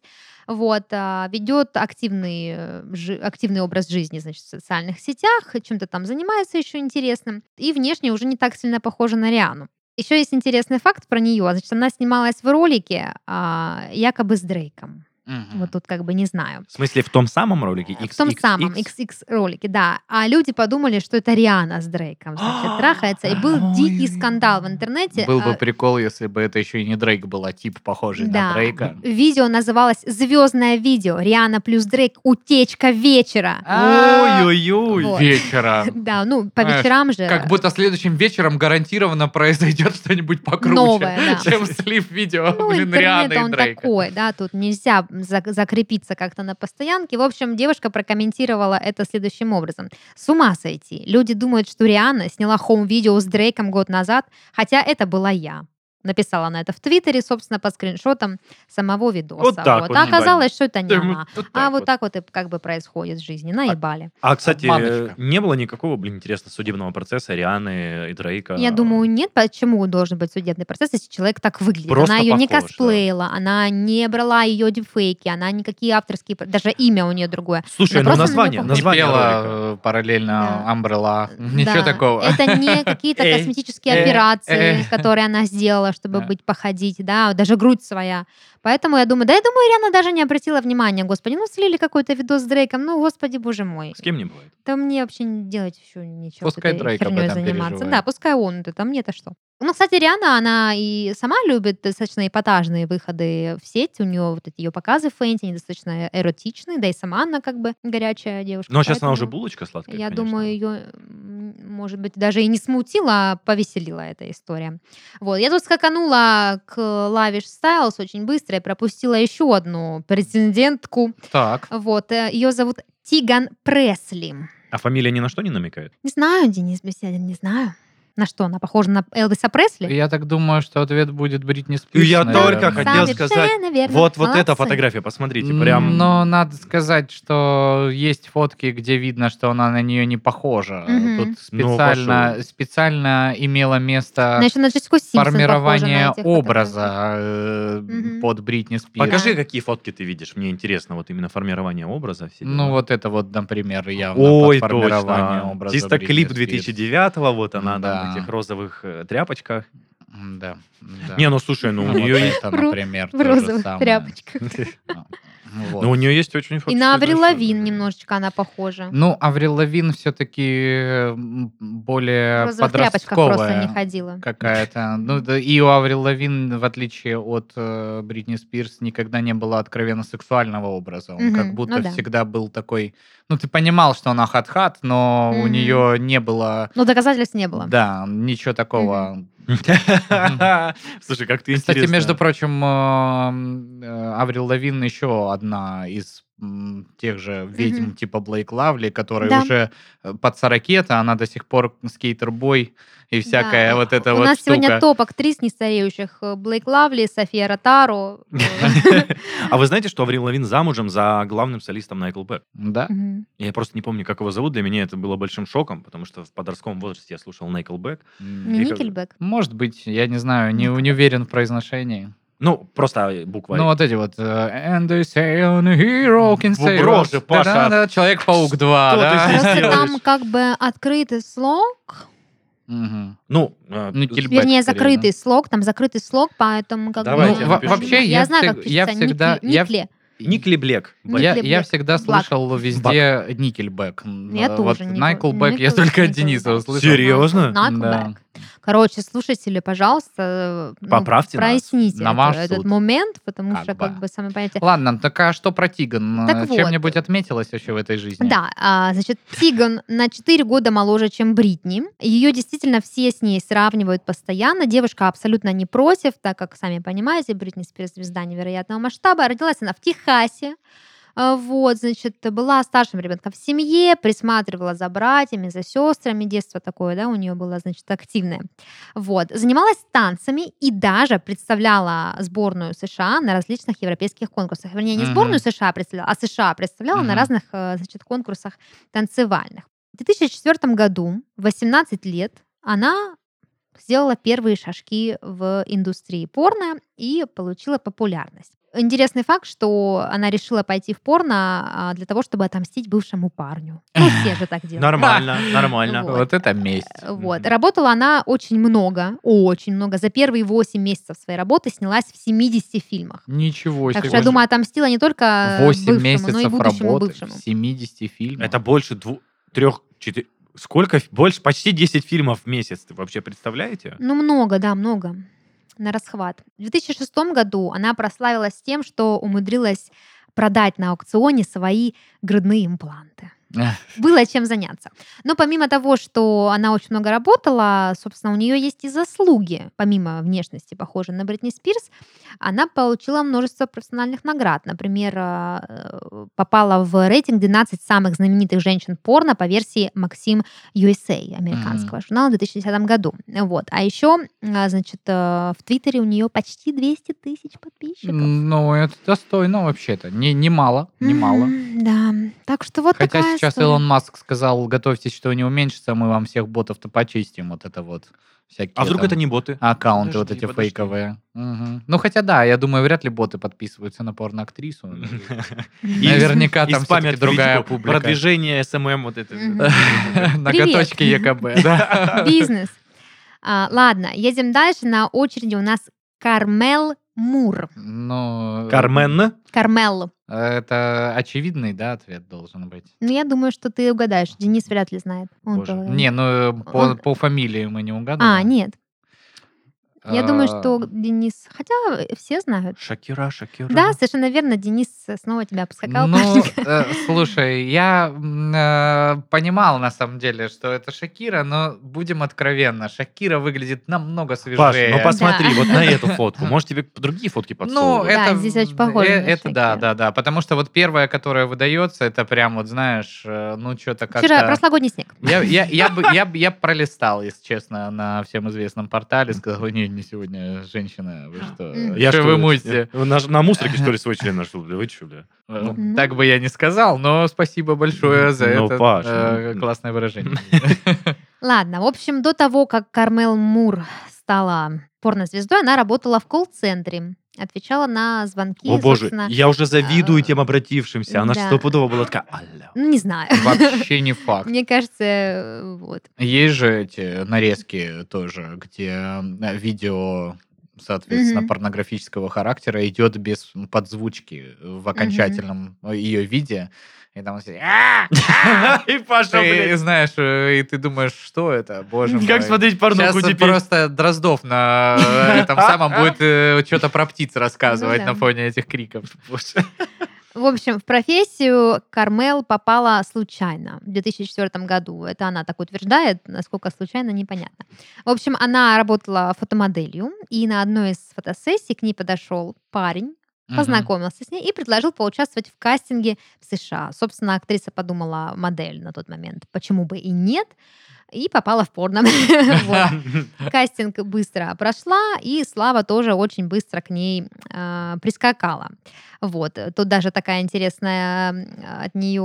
[SPEAKER 1] Вот, а, ведет активный, э, жи- активный образ жизни, значит, в социальных сетях, чем-то там занимается еще интересным, и внешне уже не так сильно похожа на Риану. Еще есть интересный факт про нее, значит, она снималась в ролике а, якобы с Дрейком.
[SPEAKER 2] Мгм.
[SPEAKER 1] Вот тут как бы не знаю.
[SPEAKER 3] В смысле, в том самом ролике?
[SPEAKER 1] в том
[SPEAKER 3] XX?
[SPEAKER 1] самом XX ролике, да. А люди подумали, что это Риана с Дрейком, значит, трахается. И был
[SPEAKER 3] Ой,
[SPEAKER 1] дикий
[SPEAKER 3] ой,
[SPEAKER 1] скандал в интернете.
[SPEAKER 2] Был бы
[SPEAKER 1] А,
[SPEAKER 2] прикол, если бы это еще и не Дрейк был, а тип, похожий
[SPEAKER 1] Да.
[SPEAKER 2] на Дрейка.
[SPEAKER 1] Видео называлось «Звездное видео. Риана плюс Дрейк. Утечка вечера».
[SPEAKER 2] А,
[SPEAKER 3] Ой-ой-ой.
[SPEAKER 1] Вот.
[SPEAKER 2] Вечера.
[SPEAKER 1] Да, ну, по
[SPEAKER 2] Знаешь,
[SPEAKER 1] вечерам же.
[SPEAKER 2] Как будто следующим вечером гарантированно произойдет что-нибудь покруче,
[SPEAKER 1] Новое, да.
[SPEAKER 2] чем слив видео,
[SPEAKER 1] Ну,
[SPEAKER 2] блин, Рианы
[SPEAKER 1] интернет,
[SPEAKER 2] и
[SPEAKER 1] он
[SPEAKER 2] Дрейка.
[SPEAKER 1] такой, да, тут нельзя зак- закрепиться как-то на постоянке. В общем, девушка прокомментировала это следующим образом. С ума сойти. Люди думают, что Риана сняла хоум-видео с Дрейком год назад, хотя это была я. Написала она это в Твиттере, собственно, под скриншотом самого видоса.
[SPEAKER 3] Вот так вот,
[SPEAKER 1] а
[SPEAKER 3] ебать.
[SPEAKER 1] оказалось, что это не
[SPEAKER 3] Да, мы
[SPEAKER 1] она.
[SPEAKER 3] вот
[SPEAKER 1] А
[SPEAKER 3] так
[SPEAKER 1] вот так вот и как бы происходит в жизни. Наебали.
[SPEAKER 3] А, кстати,
[SPEAKER 2] Обманочка.
[SPEAKER 3] э, не было никакого, блин, интересно, судебного процесса Рианы и
[SPEAKER 2] Э,
[SPEAKER 3] Дрейка?
[SPEAKER 1] Я думаю, нет, почему должен быть судебный процесс, если человек так выглядит.
[SPEAKER 3] Просто
[SPEAKER 1] она ее не
[SPEAKER 3] похож, да.
[SPEAKER 1] косплеила, она не брала ее дипфейки, она никакие авторские, пр- даже имя у нее другое.
[SPEAKER 3] Слушай,
[SPEAKER 1] Да
[SPEAKER 3] ну
[SPEAKER 1] просто
[SPEAKER 3] название,
[SPEAKER 1] на него
[SPEAKER 2] Не
[SPEAKER 3] название ролика.
[SPEAKER 2] пела э, параллельно
[SPEAKER 1] Да.
[SPEAKER 2] Амбрелла. Ничего
[SPEAKER 1] Да.
[SPEAKER 2] такого.
[SPEAKER 1] Это не какие-то
[SPEAKER 2] Э,
[SPEAKER 1] косметические
[SPEAKER 2] э,
[SPEAKER 1] операции,
[SPEAKER 2] э.
[SPEAKER 1] которые она сделала, чтобы
[SPEAKER 2] Да.
[SPEAKER 1] быть походить, да, даже грудь своя. Поэтому я думаю, да, я думаю, Риана даже не обратила внимания, господи, ну слили какой-то видос с Дрейком, ну, господи, боже мой.
[SPEAKER 3] С кем не бывает.
[SPEAKER 1] Да мне вообще не делать еще ничего.
[SPEAKER 2] Пускай
[SPEAKER 1] этой
[SPEAKER 2] Дрейк об
[SPEAKER 1] хернёй
[SPEAKER 2] этом
[SPEAKER 1] заниматься.
[SPEAKER 2] переживает.
[SPEAKER 1] Да, пускай он, это там мне-то что. Ну, кстати, Риана, она и сама любит достаточно эпатажные выходы в сеть. У нее вот эти ее показы в фэнте, они достаточно эротичные, да и сама она как бы горячая девушка.
[SPEAKER 3] Но Ну, а сейчас она уже
[SPEAKER 1] поэтому
[SPEAKER 3] булочка сладкая,
[SPEAKER 1] Я
[SPEAKER 3] конечно.
[SPEAKER 1] думаю, ее, может быть, даже и не смутила, а повеселила эта история. Вот, я тут скаканула к Lavish Styles очень быстро и пропустила еще одну претендентку.
[SPEAKER 2] Так.
[SPEAKER 1] Вот, ее зовут Тиган Пресли.
[SPEAKER 3] А фамилия ни на что не намекает?
[SPEAKER 1] Не знаю, Денис Беседин, не знаю. На что она похожа на Элвиса Пресли?
[SPEAKER 2] Я так думаю, что ответ будет Бритни Спирс.
[SPEAKER 3] Я только
[SPEAKER 2] наверное.
[SPEAKER 3] хотел
[SPEAKER 1] Совершенно
[SPEAKER 3] сказать,
[SPEAKER 1] верно.
[SPEAKER 3] Вот, вот
[SPEAKER 1] Молодцы.
[SPEAKER 3] эта фотография, посмотрите,
[SPEAKER 2] М,
[SPEAKER 3] прям...
[SPEAKER 2] Но надо сказать, что есть фотки, где видно, что она на нее не похожа.
[SPEAKER 1] Мгм.
[SPEAKER 2] Тут
[SPEAKER 3] Ну,
[SPEAKER 2] специально,
[SPEAKER 3] пошёл.
[SPEAKER 2] специально имело место
[SPEAKER 1] Она еще на Джессику Симпсон
[SPEAKER 2] формирование
[SPEAKER 1] похожа на этих фотографиях.
[SPEAKER 2] образа э,
[SPEAKER 1] Мгм.
[SPEAKER 2] под Бритни Спирс.
[SPEAKER 3] Покажи, какие фотки ты видишь. Мне интересно, вот именно формирование образа. все дела.
[SPEAKER 2] Ну вот это вот, например, явно
[SPEAKER 3] Ой,
[SPEAKER 2] под формирование
[SPEAKER 3] точно.
[SPEAKER 2] образа
[SPEAKER 3] Чисто
[SPEAKER 2] Бритни
[SPEAKER 3] клип
[SPEAKER 2] Спирс.
[SPEAKER 3] 2009 вот она
[SPEAKER 2] Да.
[SPEAKER 3] там в этих розовых э, тряпочках.
[SPEAKER 2] М-да, да.
[SPEAKER 3] Не, ну слушай, ну у
[SPEAKER 2] Вот
[SPEAKER 3] нее есть...
[SPEAKER 2] это,
[SPEAKER 1] В ру-
[SPEAKER 2] например,
[SPEAKER 1] В
[SPEAKER 2] то же
[SPEAKER 1] розовых
[SPEAKER 2] самое. А,
[SPEAKER 1] тряпочках.
[SPEAKER 2] Вот.
[SPEAKER 3] Ну у нее есть очень...
[SPEAKER 1] И на Аврил Лавин немножечко она похожа.
[SPEAKER 2] Ну, Аврил Лавин все-таки
[SPEAKER 1] В
[SPEAKER 2] более
[SPEAKER 1] розовых тряпочках просто не
[SPEAKER 2] подростковая
[SPEAKER 1] ходила.
[SPEAKER 2] какая-то. Ну, да, и у Аврил Лавин, в отличие от э, Бритни Спирс, никогда не было откровенно сексуального образа. Он
[SPEAKER 1] Мгм,
[SPEAKER 2] как
[SPEAKER 1] ну
[SPEAKER 2] будто
[SPEAKER 1] да.
[SPEAKER 2] всегда был такой... Ну, ты понимал, что она хат-хат, но у
[SPEAKER 1] Мгм.
[SPEAKER 2] нее не было...
[SPEAKER 1] Но доказательств не было.
[SPEAKER 2] Да, ничего такого.
[SPEAKER 3] Слушай, как ты интересно.
[SPEAKER 2] Кстати, между прочим, э, э, Аврил Лавин еще одна из м, тех же ведьм
[SPEAKER 1] Мгм.
[SPEAKER 2] типа Блейк Лавли, которая
[SPEAKER 1] Да.
[SPEAKER 2] уже э, под 40 она до сих пор скейтер-бой и всякая
[SPEAKER 1] Да.
[SPEAKER 2] вот эта
[SPEAKER 1] У
[SPEAKER 2] вот
[SPEAKER 1] нас
[SPEAKER 2] штука.
[SPEAKER 1] сегодня топ актрис нестареющих. Э, Блейк Лавли, София Ротару.
[SPEAKER 3] А вы знаете, что Аврил Лавин замужем за главным солистом Найкл Бэк?
[SPEAKER 2] Да?
[SPEAKER 1] Мгм.
[SPEAKER 3] Я просто не помню, как его зовут. Для меня это было большим шоком, потому что в подростковом возрасте я слушал Найкл Бэк.
[SPEAKER 1] Не
[SPEAKER 3] И как-
[SPEAKER 1] Никельбек.
[SPEAKER 2] Может быть, я не знаю, не, не уверен в произношении.
[SPEAKER 3] Ну, просто буква.
[SPEAKER 2] Ну, вот эти вот. э, And they say on a hero can
[SPEAKER 3] Во,
[SPEAKER 2] save
[SPEAKER 3] бро же,
[SPEAKER 2] us.
[SPEAKER 3] Паша,
[SPEAKER 2] Да-да-да, Человек-паук 2,
[SPEAKER 3] что ты
[SPEAKER 2] да?
[SPEAKER 3] здесь
[SPEAKER 1] Просто
[SPEAKER 3] делаешь?
[SPEAKER 1] там как бы открытый слог,
[SPEAKER 2] Мгм.
[SPEAKER 3] Ну, э,
[SPEAKER 2] Ну, Кельбек.
[SPEAKER 1] вернее,
[SPEAKER 2] скорее,
[SPEAKER 1] закрытый слог, там закрытый слог, поэтому как
[SPEAKER 3] Давайте,
[SPEAKER 1] бы...
[SPEAKER 2] Ну, во-
[SPEAKER 3] напишите.
[SPEAKER 2] вообще, я
[SPEAKER 1] я знаю, как
[SPEAKER 2] всег- я
[SPEAKER 1] пишется.
[SPEAKER 2] всегда-
[SPEAKER 1] Никле-
[SPEAKER 2] я в-
[SPEAKER 1] Никле.
[SPEAKER 3] Никли Блек. Бэк.
[SPEAKER 1] Я-
[SPEAKER 2] Я, я
[SPEAKER 1] Блэк.
[SPEAKER 2] всегда
[SPEAKER 1] Блак.
[SPEAKER 2] слышал везде Никельбэк.
[SPEAKER 1] Я
[SPEAKER 2] Э,
[SPEAKER 1] тоже
[SPEAKER 2] Вот
[SPEAKER 1] не-
[SPEAKER 2] Найкл
[SPEAKER 1] не
[SPEAKER 2] Бэк, я
[SPEAKER 1] слышала,
[SPEAKER 2] только от
[SPEAKER 1] не
[SPEAKER 2] Дениса
[SPEAKER 1] слышала.
[SPEAKER 2] услышал.
[SPEAKER 3] Серьезно?
[SPEAKER 1] Найкл
[SPEAKER 2] Да.
[SPEAKER 1] Бэк. Короче, слушатели, пожалуйста, ну,
[SPEAKER 3] Поправьте нас.
[SPEAKER 1] проясните
[SPEAKER 2] На
[SPEAKER 1] это-
[SPEAKER 2] ваш
[SPEAKER 1] этот
[SPEAKER 2] суд.
[SPEAKER 1] момент, потому
[SPEAKER 2] Как
[SPEAKER 1] что,
[SPEAKER 2] бы.
[SPEAKER 1] как бы, сами понимаете.
[SPEAKER 2] Ладно, так а что про Тиган? Э,
[SPEAKER 1] Так вот.
[SPEAKER 2] Чем-нибудь отметилась вообще в этой жизни?
[SPEAKER 1] Да, а, значит, Тиган на 4 года моложе, чем Бритни. Ее действительно все с ней сравнивают постоянно. Девушка абсолютно не против, так как, сами понимаете, Бритни Спирс звезда невероятного масштаба. Родилась она в Техасе. А, Вот, значит, была старшим ребенком в семье, присматривала за братьями, за сестрами. Детство такое, да, у нее было, значит, активное. Вот. Занималась танцами и даже представляла сборную США на различных европейских конкурсах. Вернее, не
[SPEAKER 2] Мгм.
[SPEAKER 1] сборную США представляла, а США представляла на
[SPEAKER 2] Мгм.
[SPEAKER 1] разных, э, значит, конкурсах танцевальных. В 2004 году, в 18 лет, она сделала первые шажки в индустрии порно и получила популярность. Интересный факт, что она решила пойти в порно а, для того, чтобы отомстить бывшему парню. Ну, все же так делают.
[SPEAKER 3] Нормально, нормально.
[SPEAKER 1] Вот.
[SPEAKER 2] Вот это месть.
[SPEAKER 1] Вот.
[SPEAKER 2] Мгм.
[SPEAKER 1] Работала она очень много, очень много. За первые 8 месяцев своей работы снялась в 70 фильмах.
[SPEAKER 2] Ничего
[SPEAKER 1] Так
[SPEAKER 2] себе.
[SPEAKER 1] что, я думаю, отомстила не только
[SPEAKER 2] 8
[SPEAKER 1] бывшему, но и
[SPEAKER 2] месяцев
[SPEAKER 1] будущему
[SPEAKER 2] работы
[SPEAKER 1] бывшему.
[SPEAKER 2] в 70 фильмов.
[SPEAKER 3] Это больше двух, трех, четырех... Сколько? фи- Больше, почти 10 фильмов в месяц. Ты вообще представляете?
[SPEAKER 1] Ну, много, да, много. На расхват. В 2006 году она прославилась тем, что умудрилась продать на аукционе свои грудные импланты.
[SPEAKER 2] Эх.
[SPEAKER 1] Было чем заняться. Но помимо того, что она очень много работала, собственно, у нее есть и заслуги. Помимо внешности, похожей на Бритни Спирс, она получила множество профессиональных наград. Например, э, э, попала в рейтинг 12 самых знаменитых женщин порно по версии Максим USA, американского журнала в 2010 году. Вот. А еще, а, значит, э, в Твиттере у нее почти 200 тысяч подписчиков.
[SPEAKER 2] Ну, это достойно вообще-то. Не- Немало, немало.
[SPEAKER 1] М, Да. Так что вот
[SPEAKER 2] Хотя
[SPEAKER 1] такая
[SPEAKER 2] сейчас
[SPEAKER 1] история.
[SPEAKER 2] Илон Маск сказал, готовьтесь, что не уменьшится, мы вам всех ботов-то почистим, вот это вот. Всякие
[SPEAKER 3] А вдруг
[SPEAKER 2] там
[SPEAKER 3] это не боты?
[SPEAKER 2] Аккаунты вот
[SPEAKER 3] Подожди,
[SPEAKER 2] эти
[SPEAKER 3] подожди.
[SPEAKER 2] фейковые. Мгм. Ну, хотя да, я думаю, вряд ли боты подписываются на порноактрису.
[SPEAKER 3] И-
[SPEAKER 2] ну, Наверняка
[SPEAKER 3] и
[SPEAKER 2] там
[SPEAKER 3] спамят
[SPEAKER 2] всё-таки другая
[SPEAKER 3] критику.
[SPEAKER 2] публика.
[SPEAKER 3] Продвижение СММ вот это.
[SPEAKER 1] Мгм.
[SPEAKER 2] Ноготочки ЕКБ. да.
[SPEAKER 1] Бизнес. А, ладно, едем дальше. На очереди у нас Кармел Мур.
[SPEAKER 2] Ну,
[SPEAKER 3] Кармен?
[SPEAKER 1] Кармел.
[SPEAKER 2] Это очевидный, да, ответ должен быть.
[SPEAKER 1] Ну, я думаю, что ты угадаешь. Денис вряд ли знает. Он
[SPEAKER 3] Боже.
[SPEAKER 1] говорил.
[SPEAKER 2] Не, ну по,
[SPEAKER 1] Он-
[SPEAKER 2] по фамилии мы не угадываем.
[SPEAKER 1] А, нет. Я думаю,
[SPEAKER 2] А,
[SPEAKER 1] что Денис... Хотя все знают.
[SPEAKER 3] Шакира, Шакира.
[SPEAKER 1] Да, совершенно верно. Денис снова тебя поскакал.
[SPEAKER 2] Ну, э, слушай, я м, э, понимал на самом деле, что это Шакира, но будем откровенно, Шакира выглядит намного
[SPEAKER 3] Паш,
[SPEAKER 2] свежее.
[SPEAKER 3] ну посмотри
[SPEAKER 1] Да.
[SPEAKER 3] вот на эту фотку. Может, тебе другие фотки
[SPEAKER 2] Ну,
[SPEAKER 3] подсовывают?
[SPEAKER 2] это...
[SPEAKER 1] Да, здесь очень похоже
[SPEAKER 2] э,
[SPEAKER 1] на
[SPEAKER 2] Это да,
[SPEAKER 1] Шакиру.
[SPEAKER 2] да, да. Потому что вот первая, которая выдается, это прям вот, знаешь, э, ну, что-то как-то...
[SPEAKER 1] Вчера прошлогодний снег.
[SPEAKER 2] Я, я, я, бы, я, бы- я бы пролистал, если честно, на всем известном портале, сказал, не, не сегодня женщина, вы что, э,
[SPEAKER 1] Я
[SPEAKER 2] что вы мутите?
[SPEAKER 3] На, на мусорке, что ли, свой член нашел? Да вы что, бля?
[SPEAKER 2] Э,
[SPEAKER 1] Ну.
[SPEAKER 2] Так бы я не сказал, но спасибо большое за
[SPEAKER 3] Ну,
[SPEAKER 2] это
[SPEAKER 3] Паш,
[SPEAKER 2] э,
[SPEAKER 3] ну.
[SPEAKER 2] классное выражение.
[SPEAKER 1] Ладно, в общем, до того, как Кармел Мур стала порнозвездой, она работала в колл-центре, отвечала на звонки,
[SPEAKER 3] О боже,
[SPEAKER 1] собственно.
[SPEAKER 3] я уже завидую
[SPEAKER 1] а,
[SPEAKER 3] тем обратившимся. Она
[SPEAKER 1] да.
[SPEAKER 3] что стопудово была такая, алло.
[SPEAKER 1] Ну, не знаю.
[SPEAKER 2] Вообще не факт.
[SPEAKER 1] Мне кажется, э, вот.
[SPEAKER 2] Есть же эти нарезки тоже, где э, видео, соответственно,
[SPEAKER 1] Мгм.
[SPEAKER 2] порнографического характера идет без подзвучки в окончательном ее виде. И там все, «А, а!»
[SPEAKER 3] И Паша,
[SPEAKER 2] Ты
[SPEAKER 3] блядь,
[SPEAKER 2] знаешь, э, и ты думаешь, что это, боже мой.
[SPEAKER 3] как смотреть порнуху
[SPEAKER 2] Сейчас
[SPEAKER 3] теперь?
[SPEAKER 2] просто Дроздов на э, этом самом будет что-то про птиц рассказывать
[SPEAKER 1] Ну да.
[SPEAKER 2] на фоне этих криков.
[SPEAKER 1] В общем, в профессию Кармел попала случайно в 2004 году. Это она так утверждает, насколько случайно, непонятно. В общем, она работала фотомоделью, и на одной из фотосессий к ней подошел парень, познакомился с ней и предложил поучаствовать в кастинге в США. Собственно, актриса подумала модель на тот момент, почему бы и нет, и попала в порно. Вот. Кастинг быстро прошла, и Слава тоже очень быстро к ней э, прискакала. Вот. Тут даже такая интересная м, от нее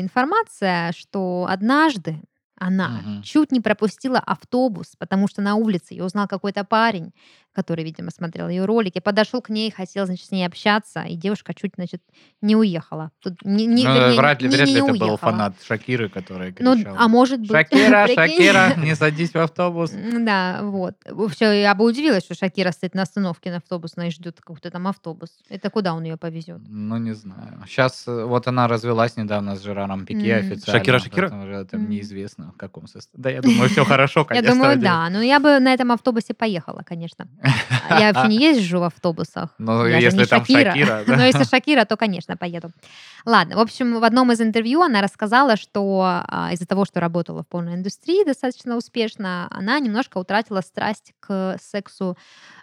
[SPEAKER 1] информация, что однажды она
[SPEAKER 2] Мгм.
[SPEAKER 1] чуть не пропустила автобус, потому что на улице ее узнал какой-то парень, который, видимо, смотрел ее ролики, подошел к ней, хотел, значит, с ней общаться, и девушка чуть, значит, не уехала. Тут не, не-
[SPEAKER 2] Ну,
[SPEAKER 1] вернее,
[SPEAKER 2] Вряд ли
[SPEAKER 1] не-
[SPEAKER 2] вряд
[SPEAKER 1] не
[SPEAKER 2] ли это был
[SPEAKER 1] уехала.
[SPEAKER 2] фанат Шакиры, который
[SPEAKER 1] Ну,
[SPEAKER 2] кричал.
[SPEAKER 1] а может быть.
[SPEAKER 2] Шакира,
[SPEAKER 1] Прикинь?
[SPEAKER 2] Шакира, не садись в автобус.
[SPEAKER 1] М, Да, вот. Все, я бы удивилась, что Шакира стоит на остановке на автобусной и ждет какой-то там автобус. Это куда он ее повезет?
[SPEAKER 2] Ну, не знаю. Сейчас вот она развелась недавно с Жераром Пике
[SPEAKER 1] Мгм.
[SPEAKER 2] официально.
[SPEAKER 3] Шакира, Шакира?
[SPEAKER 2] поэтому уже там
[SPEAKER 1] Мгм.
[SPEAKER 2] неизвестно, в каком состоянии. Да, я думаю, все хорошо,
[SPEAKER 1] Я
[SPEAKER 2] конечно.
[SPEAKER 1] думаю,
[SPEAKER 2] один.
[SPEAKER 1] да. Но я бы на этом автобусе поехала, конечно. А Я вообще не езжу в автобусах.
[SPEAKER 2] Ну,
[SPEAKER 1] Даже
[SPEAKER 2] если
[SPEAKER 1] не
[SPEAKER 2] там
[SPEAKER 1] Шакира.
[SPEAKER 2] Шакира, да.
[SPEAKER 1] Но если Шакира, то, конечно, поеду. Ладно, в общем, в одном из интервью она рассказала, что а, из-за того, что работала в полной индустрии достаточно успешно, она немножко утратила страсть к сексу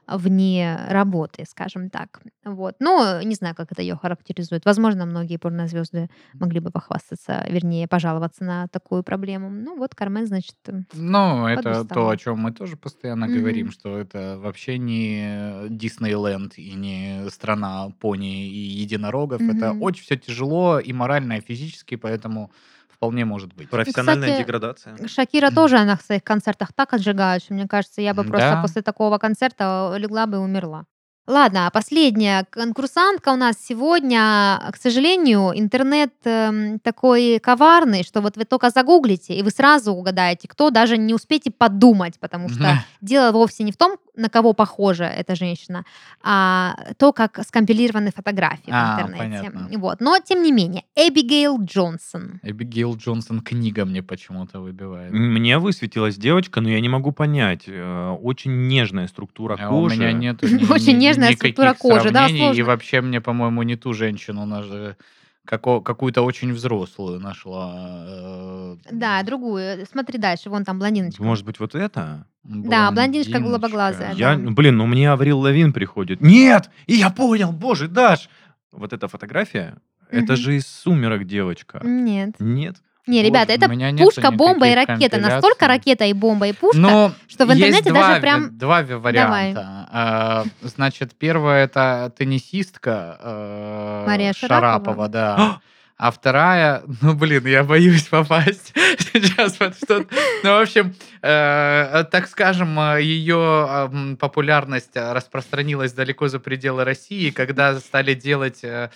[SPEAKER 1] вне работы, скажем так. Вот. Ну, не знаю, как это ее характеризует. Возможно, многие порнозвезды могли бы похвастаться, вернее, пожаловаться на такую проблему. Ну, вот Кармен, значит, м,
[SPEAKER 2] Ну, это
[SPEAKER 1] Подустала.
[SPEAKER 2] то, о чем мы тоже постоянно
[SPEAKER 1] Мгм.
[SPEAKER 2] говорим, что это вообще не э, Диснейленд и не страна пони и единорогов. Это
[SPEAKER 1] Мгм.
[SPEAKER 2] очень все тяжело и морально, и физически, поэтому вполне может быть.
[SPEAKER 3] Профессиональная
[SPEAKER 1] Кстати,
[SPEAKER 3] деградация.
[SPEAKER 1] Шакира тоже она в своих концертах так отжигает, что, мне кажется, я бы просто
[SPEAKER 2] Да.
[SPEAKER 1] после такого концерта э, легла бы и умерла. Ладно, а последняя конкурсантка у нас сегодня, а, к сожалению, интернет эм, такой коварный, что вот вы только загуглите, и вы сразу угадаете, кто даже не успеете подумать, потому что дело вовсе не в том, на кого похожа эта женщина, а то, как скомпилированы фотографии
[SPEAKER 2] А,
[SPEAKER 1] в интернете.
[SPEAKER 2] понятно.
[SPEAKER 1] Вот. Но, тем не менее, Эбигейл Джонсон.
[SPEAKER 2] Эбигейл Джонсон книга мне почему-то выбивает.
[SPEAKER 3] Мне высветилась девочка, но я не могу понять. Э, Очень нежная структура
[SPEAKER 2] А у
[SPEAKER 3] кожи.
[SPEAKER 2] меня нет
[SPEAKER 1] Очень нежная структура кожи, да,
[SPEAKER 2] И
[SPEAKER 1] сложно.
[SPEAKER 2] вообще мне, по-моему, не ту женщину наж- како- какую-то очень взрослую нашла. э,
[SPEAKER 1] Да, другую. Смотри дальше, вон там блондиночка.
[SPEAKER 3] Может быть, вот это?
[SPEAKER 1] Да, блондиночка голубоглазая,
[SPEAKER 2] блондиночка.
[SPEAKER 3] Я,
[SPEAKER 1] да.
[SPEAKER 3] блин, ну мне Аврил Лавин приходит. Нет! И я понял, боже, Даш! Вот эта фотография, это
[SPEAKER 1] Мгм.
[SPEAKER 3] же из «Сумерок» девочка.
[SPEAKER 1] Нет.
[SPEAKER 3] Нет?
[SPEAKER 1] Не,
[SPEAKER 2] Боже,
[SPEAKER 1] ребята,
[SPEAKER 2] у
[SPEAKER 1] это
[SPEAKER 2] меня нету
[SPEAKER 1] пушка, бомба и
[SPEAKER 2] никаких Ну,
[SPEAKER 1] ракета.
[SPEAKER 2] компиляций.
[SPEAKER 1] Настолько ракета и бомба и пушка,
[SPEAKER 2] Но
[SPEAKER 1] что в
[SPEAKER 2] есть
[SPEAKER 1] интернете
[SPEAKER 2] два
[SPEAKER 1] даже
[SPEAKER 2] ви-
[SPEAKER 1] прям...
[SPEAKER 2] Два ви- варианта. А, значит, первая это теннисистка э,
[SPEAKER 1] Мария Шарапова.
[SPEAKER 2] да. А вторая, ну блин, я боюсь попасть сейчас под что-то. Ну, в общем, э, так скажем, э, ее э, м, популярность э, распространилась далеко за пределы России, когда стали делать э,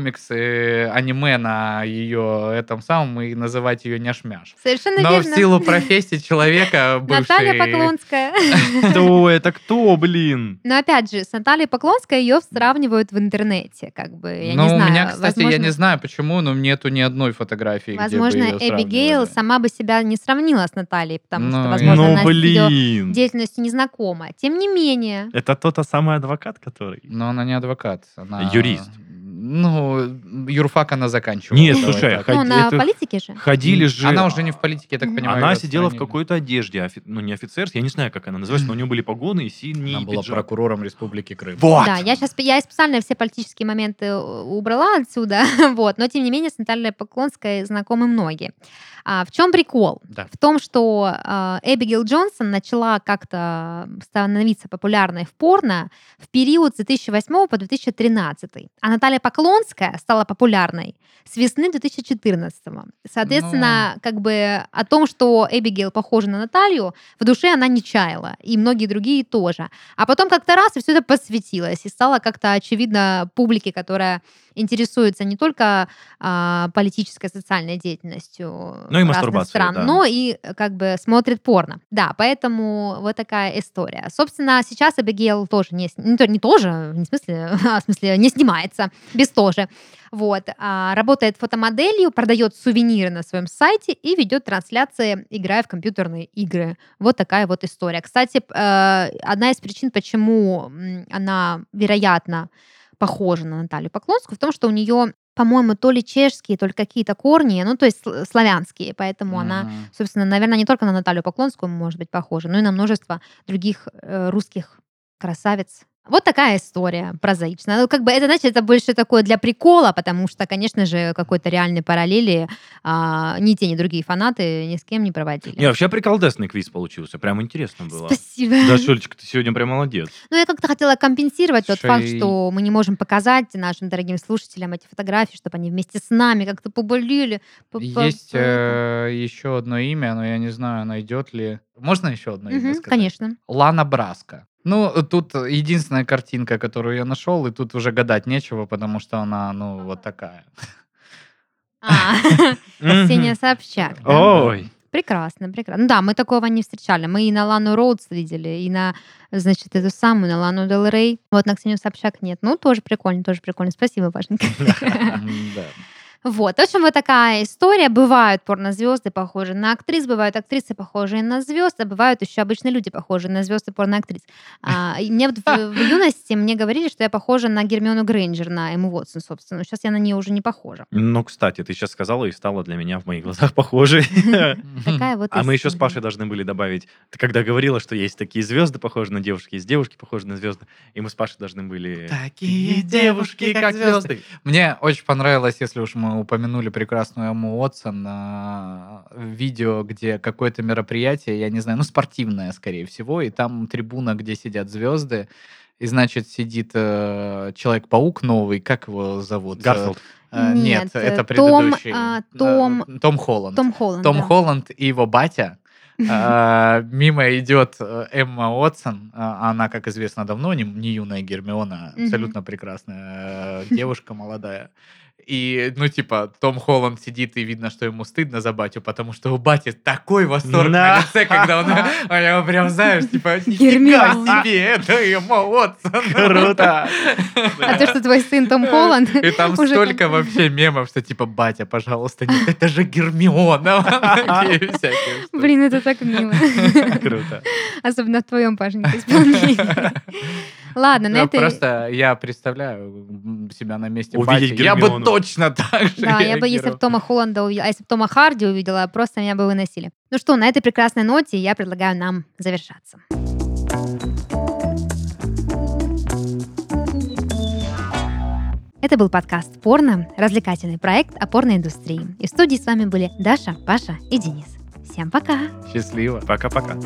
[SPEAKER 2] комиксы аниме на ее этом самом и называть ее няшмяш.
[SPEAKER 1] Совершенно
[SPEAKER 2] Но в
[SPEAKER 1] верно.
[SPEAKER 2] силу профессии человека
[SPEAKER 1] Наталья
[SPEAKER 2] бывшей
[SPEAKER 1] Поклонская.
[SPEAKER 3] Кто это? Кто, блин?
[SPEAKER 1] Но опять же, с Натальей Поклонской ее сравнивают в интернете, как бы, я
[SPEAKER 2] ну,
[SPEAKER 1] не знаю.
[SPEAKER 2] у меня, кстати, я не
[SPEAKER 1] возможно-
[SPEAKER 2] знаю почему, но нету ни одной фотографии,
[SPEAKER 1] Возможно,
[SPEAKER 2] где бы её
[SPEAKER 1] Эбигейл
[SPEAKER 2] сравнивали.
[SPEAKER 1] сама бы себя не сравнила с Натальей, потому
[SPEAKER 2] Ну,
[SPEAKER 1] что,
[SPEAKER 2] и-
[SPEAKER 1] возможно,
[SPEAKER 3] Ну,
[SPEAKER 1] она с её
[SPEAKER 3] блин!
[SPEAKER 1] деятельностью не знакома. Тем не менее,
[SPEAKER 3] Это тот а, самый адвокат, который...
[SPEAKER 2] Но она не адвокат, она...
[SPEAKER 3] Юрист.
[SPEAKER 2] Ну, юрфак она заканчивала.
[SPEAKER 3] Нет,
[SPEAKER 2] давай
[SPEAKER 3] слушай,
[SPEAKER 2] так.
[SPEAKER 3] хот-
[SPEAKER 1] ну, на
[SPEAKER 3] это-
[SPEAKER 1] политике же.
[SPEAKER 3] Ходили же...
[SPEAKER 2] Она уже не в политике, я так
[SPEAKER 1] Мгм.
[SPEAKER 2] понимаю.
[SPEAKER 3] Она
[SPEAKER 2] её
[SPEAKER 3] сидела в
[SPEAKER 2] отстранили.
[SPEAKER 3] какой-то одежде, офи- ну не офицерской, я не знаю, как она называется, но у нее были погоны и синий
[SPEAKER 2] Она была
[SPEAKER 3] пиджак.
[SPEAKER 2] прокурором Республики Крым.
[SPEAKER 3] Вот!
[SPEAKER 1] Да, я сейчас я специально все политические моменты э, убрала отсюда, вот. Но тем не менее с Натальей Поклонской знакомы многие. А, в чем прикол?
[SPEAKER 2] Да.
[SPEAKER 1] В том, что э, Эбигейл Джонсон начала как-то становиться популярной в порно в период с 2008 по 2013. А Наталья Поклонская стала популярной с весны 2014. Соответственно, как бы о том, что Эбигейл похожа на Наталью, в душе она не чаяла, и многие другие тоже. А потом как-то раз и все это посвятилось, и стало как-то очевидно публике, которая интересуется не только а, политической, социальной деятельностью э,
[SPEAKER 3] Ну и
[SPEAKER 1] разных
[SPEAKER 3] мастурбацией,
[SPEAKER 1] стран,
[SPEAKER 3] да.
[SPEAKER 1] но и э, как бы смотрит порно. Да, поэтому вот такая история. Собственно, сейчас Эбигейл тоже не, с- не, то- не тоже, не в смысле, а в смысле не снимается, без тоже. Вот, а, работает фотомоделью, продает сувениры на своем сайте и ведет трансляции, играя в компьютерные игры. Вот такая вот история. Кстати, п- э, одна из причин, почему м, она, вероятно, похожа на Наталью Поклонскую, в том, что у нее, по-моему, то ли чешские, то ли какие-то корни, ну, то есть сл- славянские, поэтому она,
[SPEAKER 2] Мгм.
[SPEAKER 1] собственно, наверное, не только на Наталью Поклонскую может быть похожа, но и на множество других э, русских красавиц. Вот такая история прозаичная. Ну, как бы это, значит, это больше такое для прикола, потому что, конечно же, какой-то реальной параллели а, ни те, ни другие фанаты ни с кем не проводили.
[SPEAKER 3] Не, вообще приколдесный квиз получился, прям интересно было.
[SPEAKER 1] Спасибо.
[SPEAKER 3] Да, Шулечка, ты сегодня прям молодец.
[SPEAKER 1] Ну, я как-то хотела компенсировать тот
[SPEAKER 2] Слушай,
[SPEAKER 1] факт, что мы не можем показать нашим дорогим слушателям эти фотографии, чтобы они вместе с нами как-то поболели. по- по-
[SPEAKER 2] Есть
[SPEAKER 1] по это.
[SPEAKER 2] э, еще одно имя, но я не знаю, найдет ли... Можно еще одно имя
[SPEAKER 1] Мгм,
[SPEAKER 2] сказать?
[SPEAKER 1] Конечно.
[SPEAKER 2] Лана Браска. Ну, тут единственная картинка, которую я нашел, и тут уже гадать нечего, потому что она, ну, вот такая.
[SPEAKER 1] А, Ксения
[SPEAKER 3] Мгм.
[SPEAKER 1] Собчак. да.
[SPEAKER 3] Ой,
[SPEAKER 1] Прекрасно, прекрасно. Ну Да, мы такого не встречали. Мы и на Лану Роудс видели, и на, значит, эту самую, на Лану Дел Рей. Вот на Ксению Собчак нет. Ну, тоже прикольно, тоже прикольно. Спасибо, Пашенька.
[SPEAKER 2] М-да.
[SPEAKER 1] Вот, в общем, вот такая история. Бывают порнозвезды, похожие на актрис, бывают актрисы, похожие на звезд, а бывают еще обычные люди, похожие на звезды порноактрис. А, и мне вот в, в юности мне говорили, что я похожа на Гермиону Грейнджер, на Эмму Уотсон, собственно. Сейчас я на нее уже не похожа.
[SPEAKER 3] Ну, кстати, ты сейчас сказала и стала для меня в моих глазах похожей.
[SPEAKER 1] Такая вот
[SPEAKER 3] А мы еще с
[SPEAKER 1] история.
[SPEAKER 3] Пашей должны были добавить, ты когда говорила, что есть такие звезды, похожие на девушки, есть девушки, похожие на звезды, и мы с Пашей должны были...
[SPEAKER 2] Такие девушки, как звезды. Мне очень понравилось, если уж мы упомянули прекрасную Эмму Уотсон, на видео, где какое-то мероприятие, я не знаю, ну, спортивное, скорее всего, и там трибуна, где сидят звезды, и, значит, сидит э, Человек-паук новый, как его зовут?
[SPEAKER 3] Гарфилд.
[SPEAKER 2] Э,
[SPEAKER 1] Нет,
[SPEAKER 2] нет,
[SPEAKER 1] э,
[SPEAKER 2] это
[SPEAKER 1] Том,
[SPEAKER 2] предыдущий.
[SPEAKER 1] а,
[SPEAKER 2] Э,
[SPEAKER 1] Том-
[SPEAKER 2] Том Холланд.
[SPEAKER 1] Том Холланд.
[SPEAKER 2] Том
[SPEAKER 1] Ну да.
[SPEAKER 2] Холланд и его батя А, Мимо идет э, Эмма Уотсон. А, Она, как известно, давно не- не юная Гермиона,
[SPEAKER 1] Мгм.
[SPEAKER 2] абсолютно прекрасная э, девушка молодая. И, ну, типа, Том Холланд сидит, и видно, что ему стыдно за батю, потому что у бати такой восторг на
[SPEAKER 3] Да.
[SPEAKER 2] лице, когда он... А я прям, знаешь, типа, нифига
[SPEAKER 1] Гермиона.
[SPEAKER 2] себе, это Эмма Уотсон.
[SPEAKER 3] Круто.
[SPEAKER 1] А то, что твой сын Том Холланд,
[SPEAKER 2] Э, И там
[SPEAKER 1] Уже
[SPEAKER 2] столько
[SPEAKER 1] как-
[SPEAKER 2] вообще мемов, что типа, батя, пожалуйста, нет, это же Гермиона. И всякие штуки.
[SPEAKER 1] блин, это так мило.
[SPEAKER 3] Круто.
[SPEAKER 1] Особенно в твоем, Пашенька, исполнении. Ладно, на
[SPEAKER 2] Ну,
[SPEAKER 1] этой...
[SPEAKER 2] Просто я представляю м, себя на месте
[SPEAKER 3] Увидеть
[SPEAKER 2] бати. Я бы
[SPEAKER 3] Гермиону.
[SPEAKER 2] точно так же
[SPEAKER 1] Да, я бы, если бы
[SPEAKER 2] реагировал.
[SPEAKER 1] Тома Холланда увидела, а если бы Тома Харди увидела, просто меня бы выносили. Ну что, на этой прекрасной ноте я предлагаю нам завершаться. Это был подкаст «Порно», развлекательный проект о порноиндустрии. И в студии с вами были Даша, Паша и Денис. Всем пока!
[SPEAKER 2] Счастливо.
[SPEAKER 3] Пока-пока.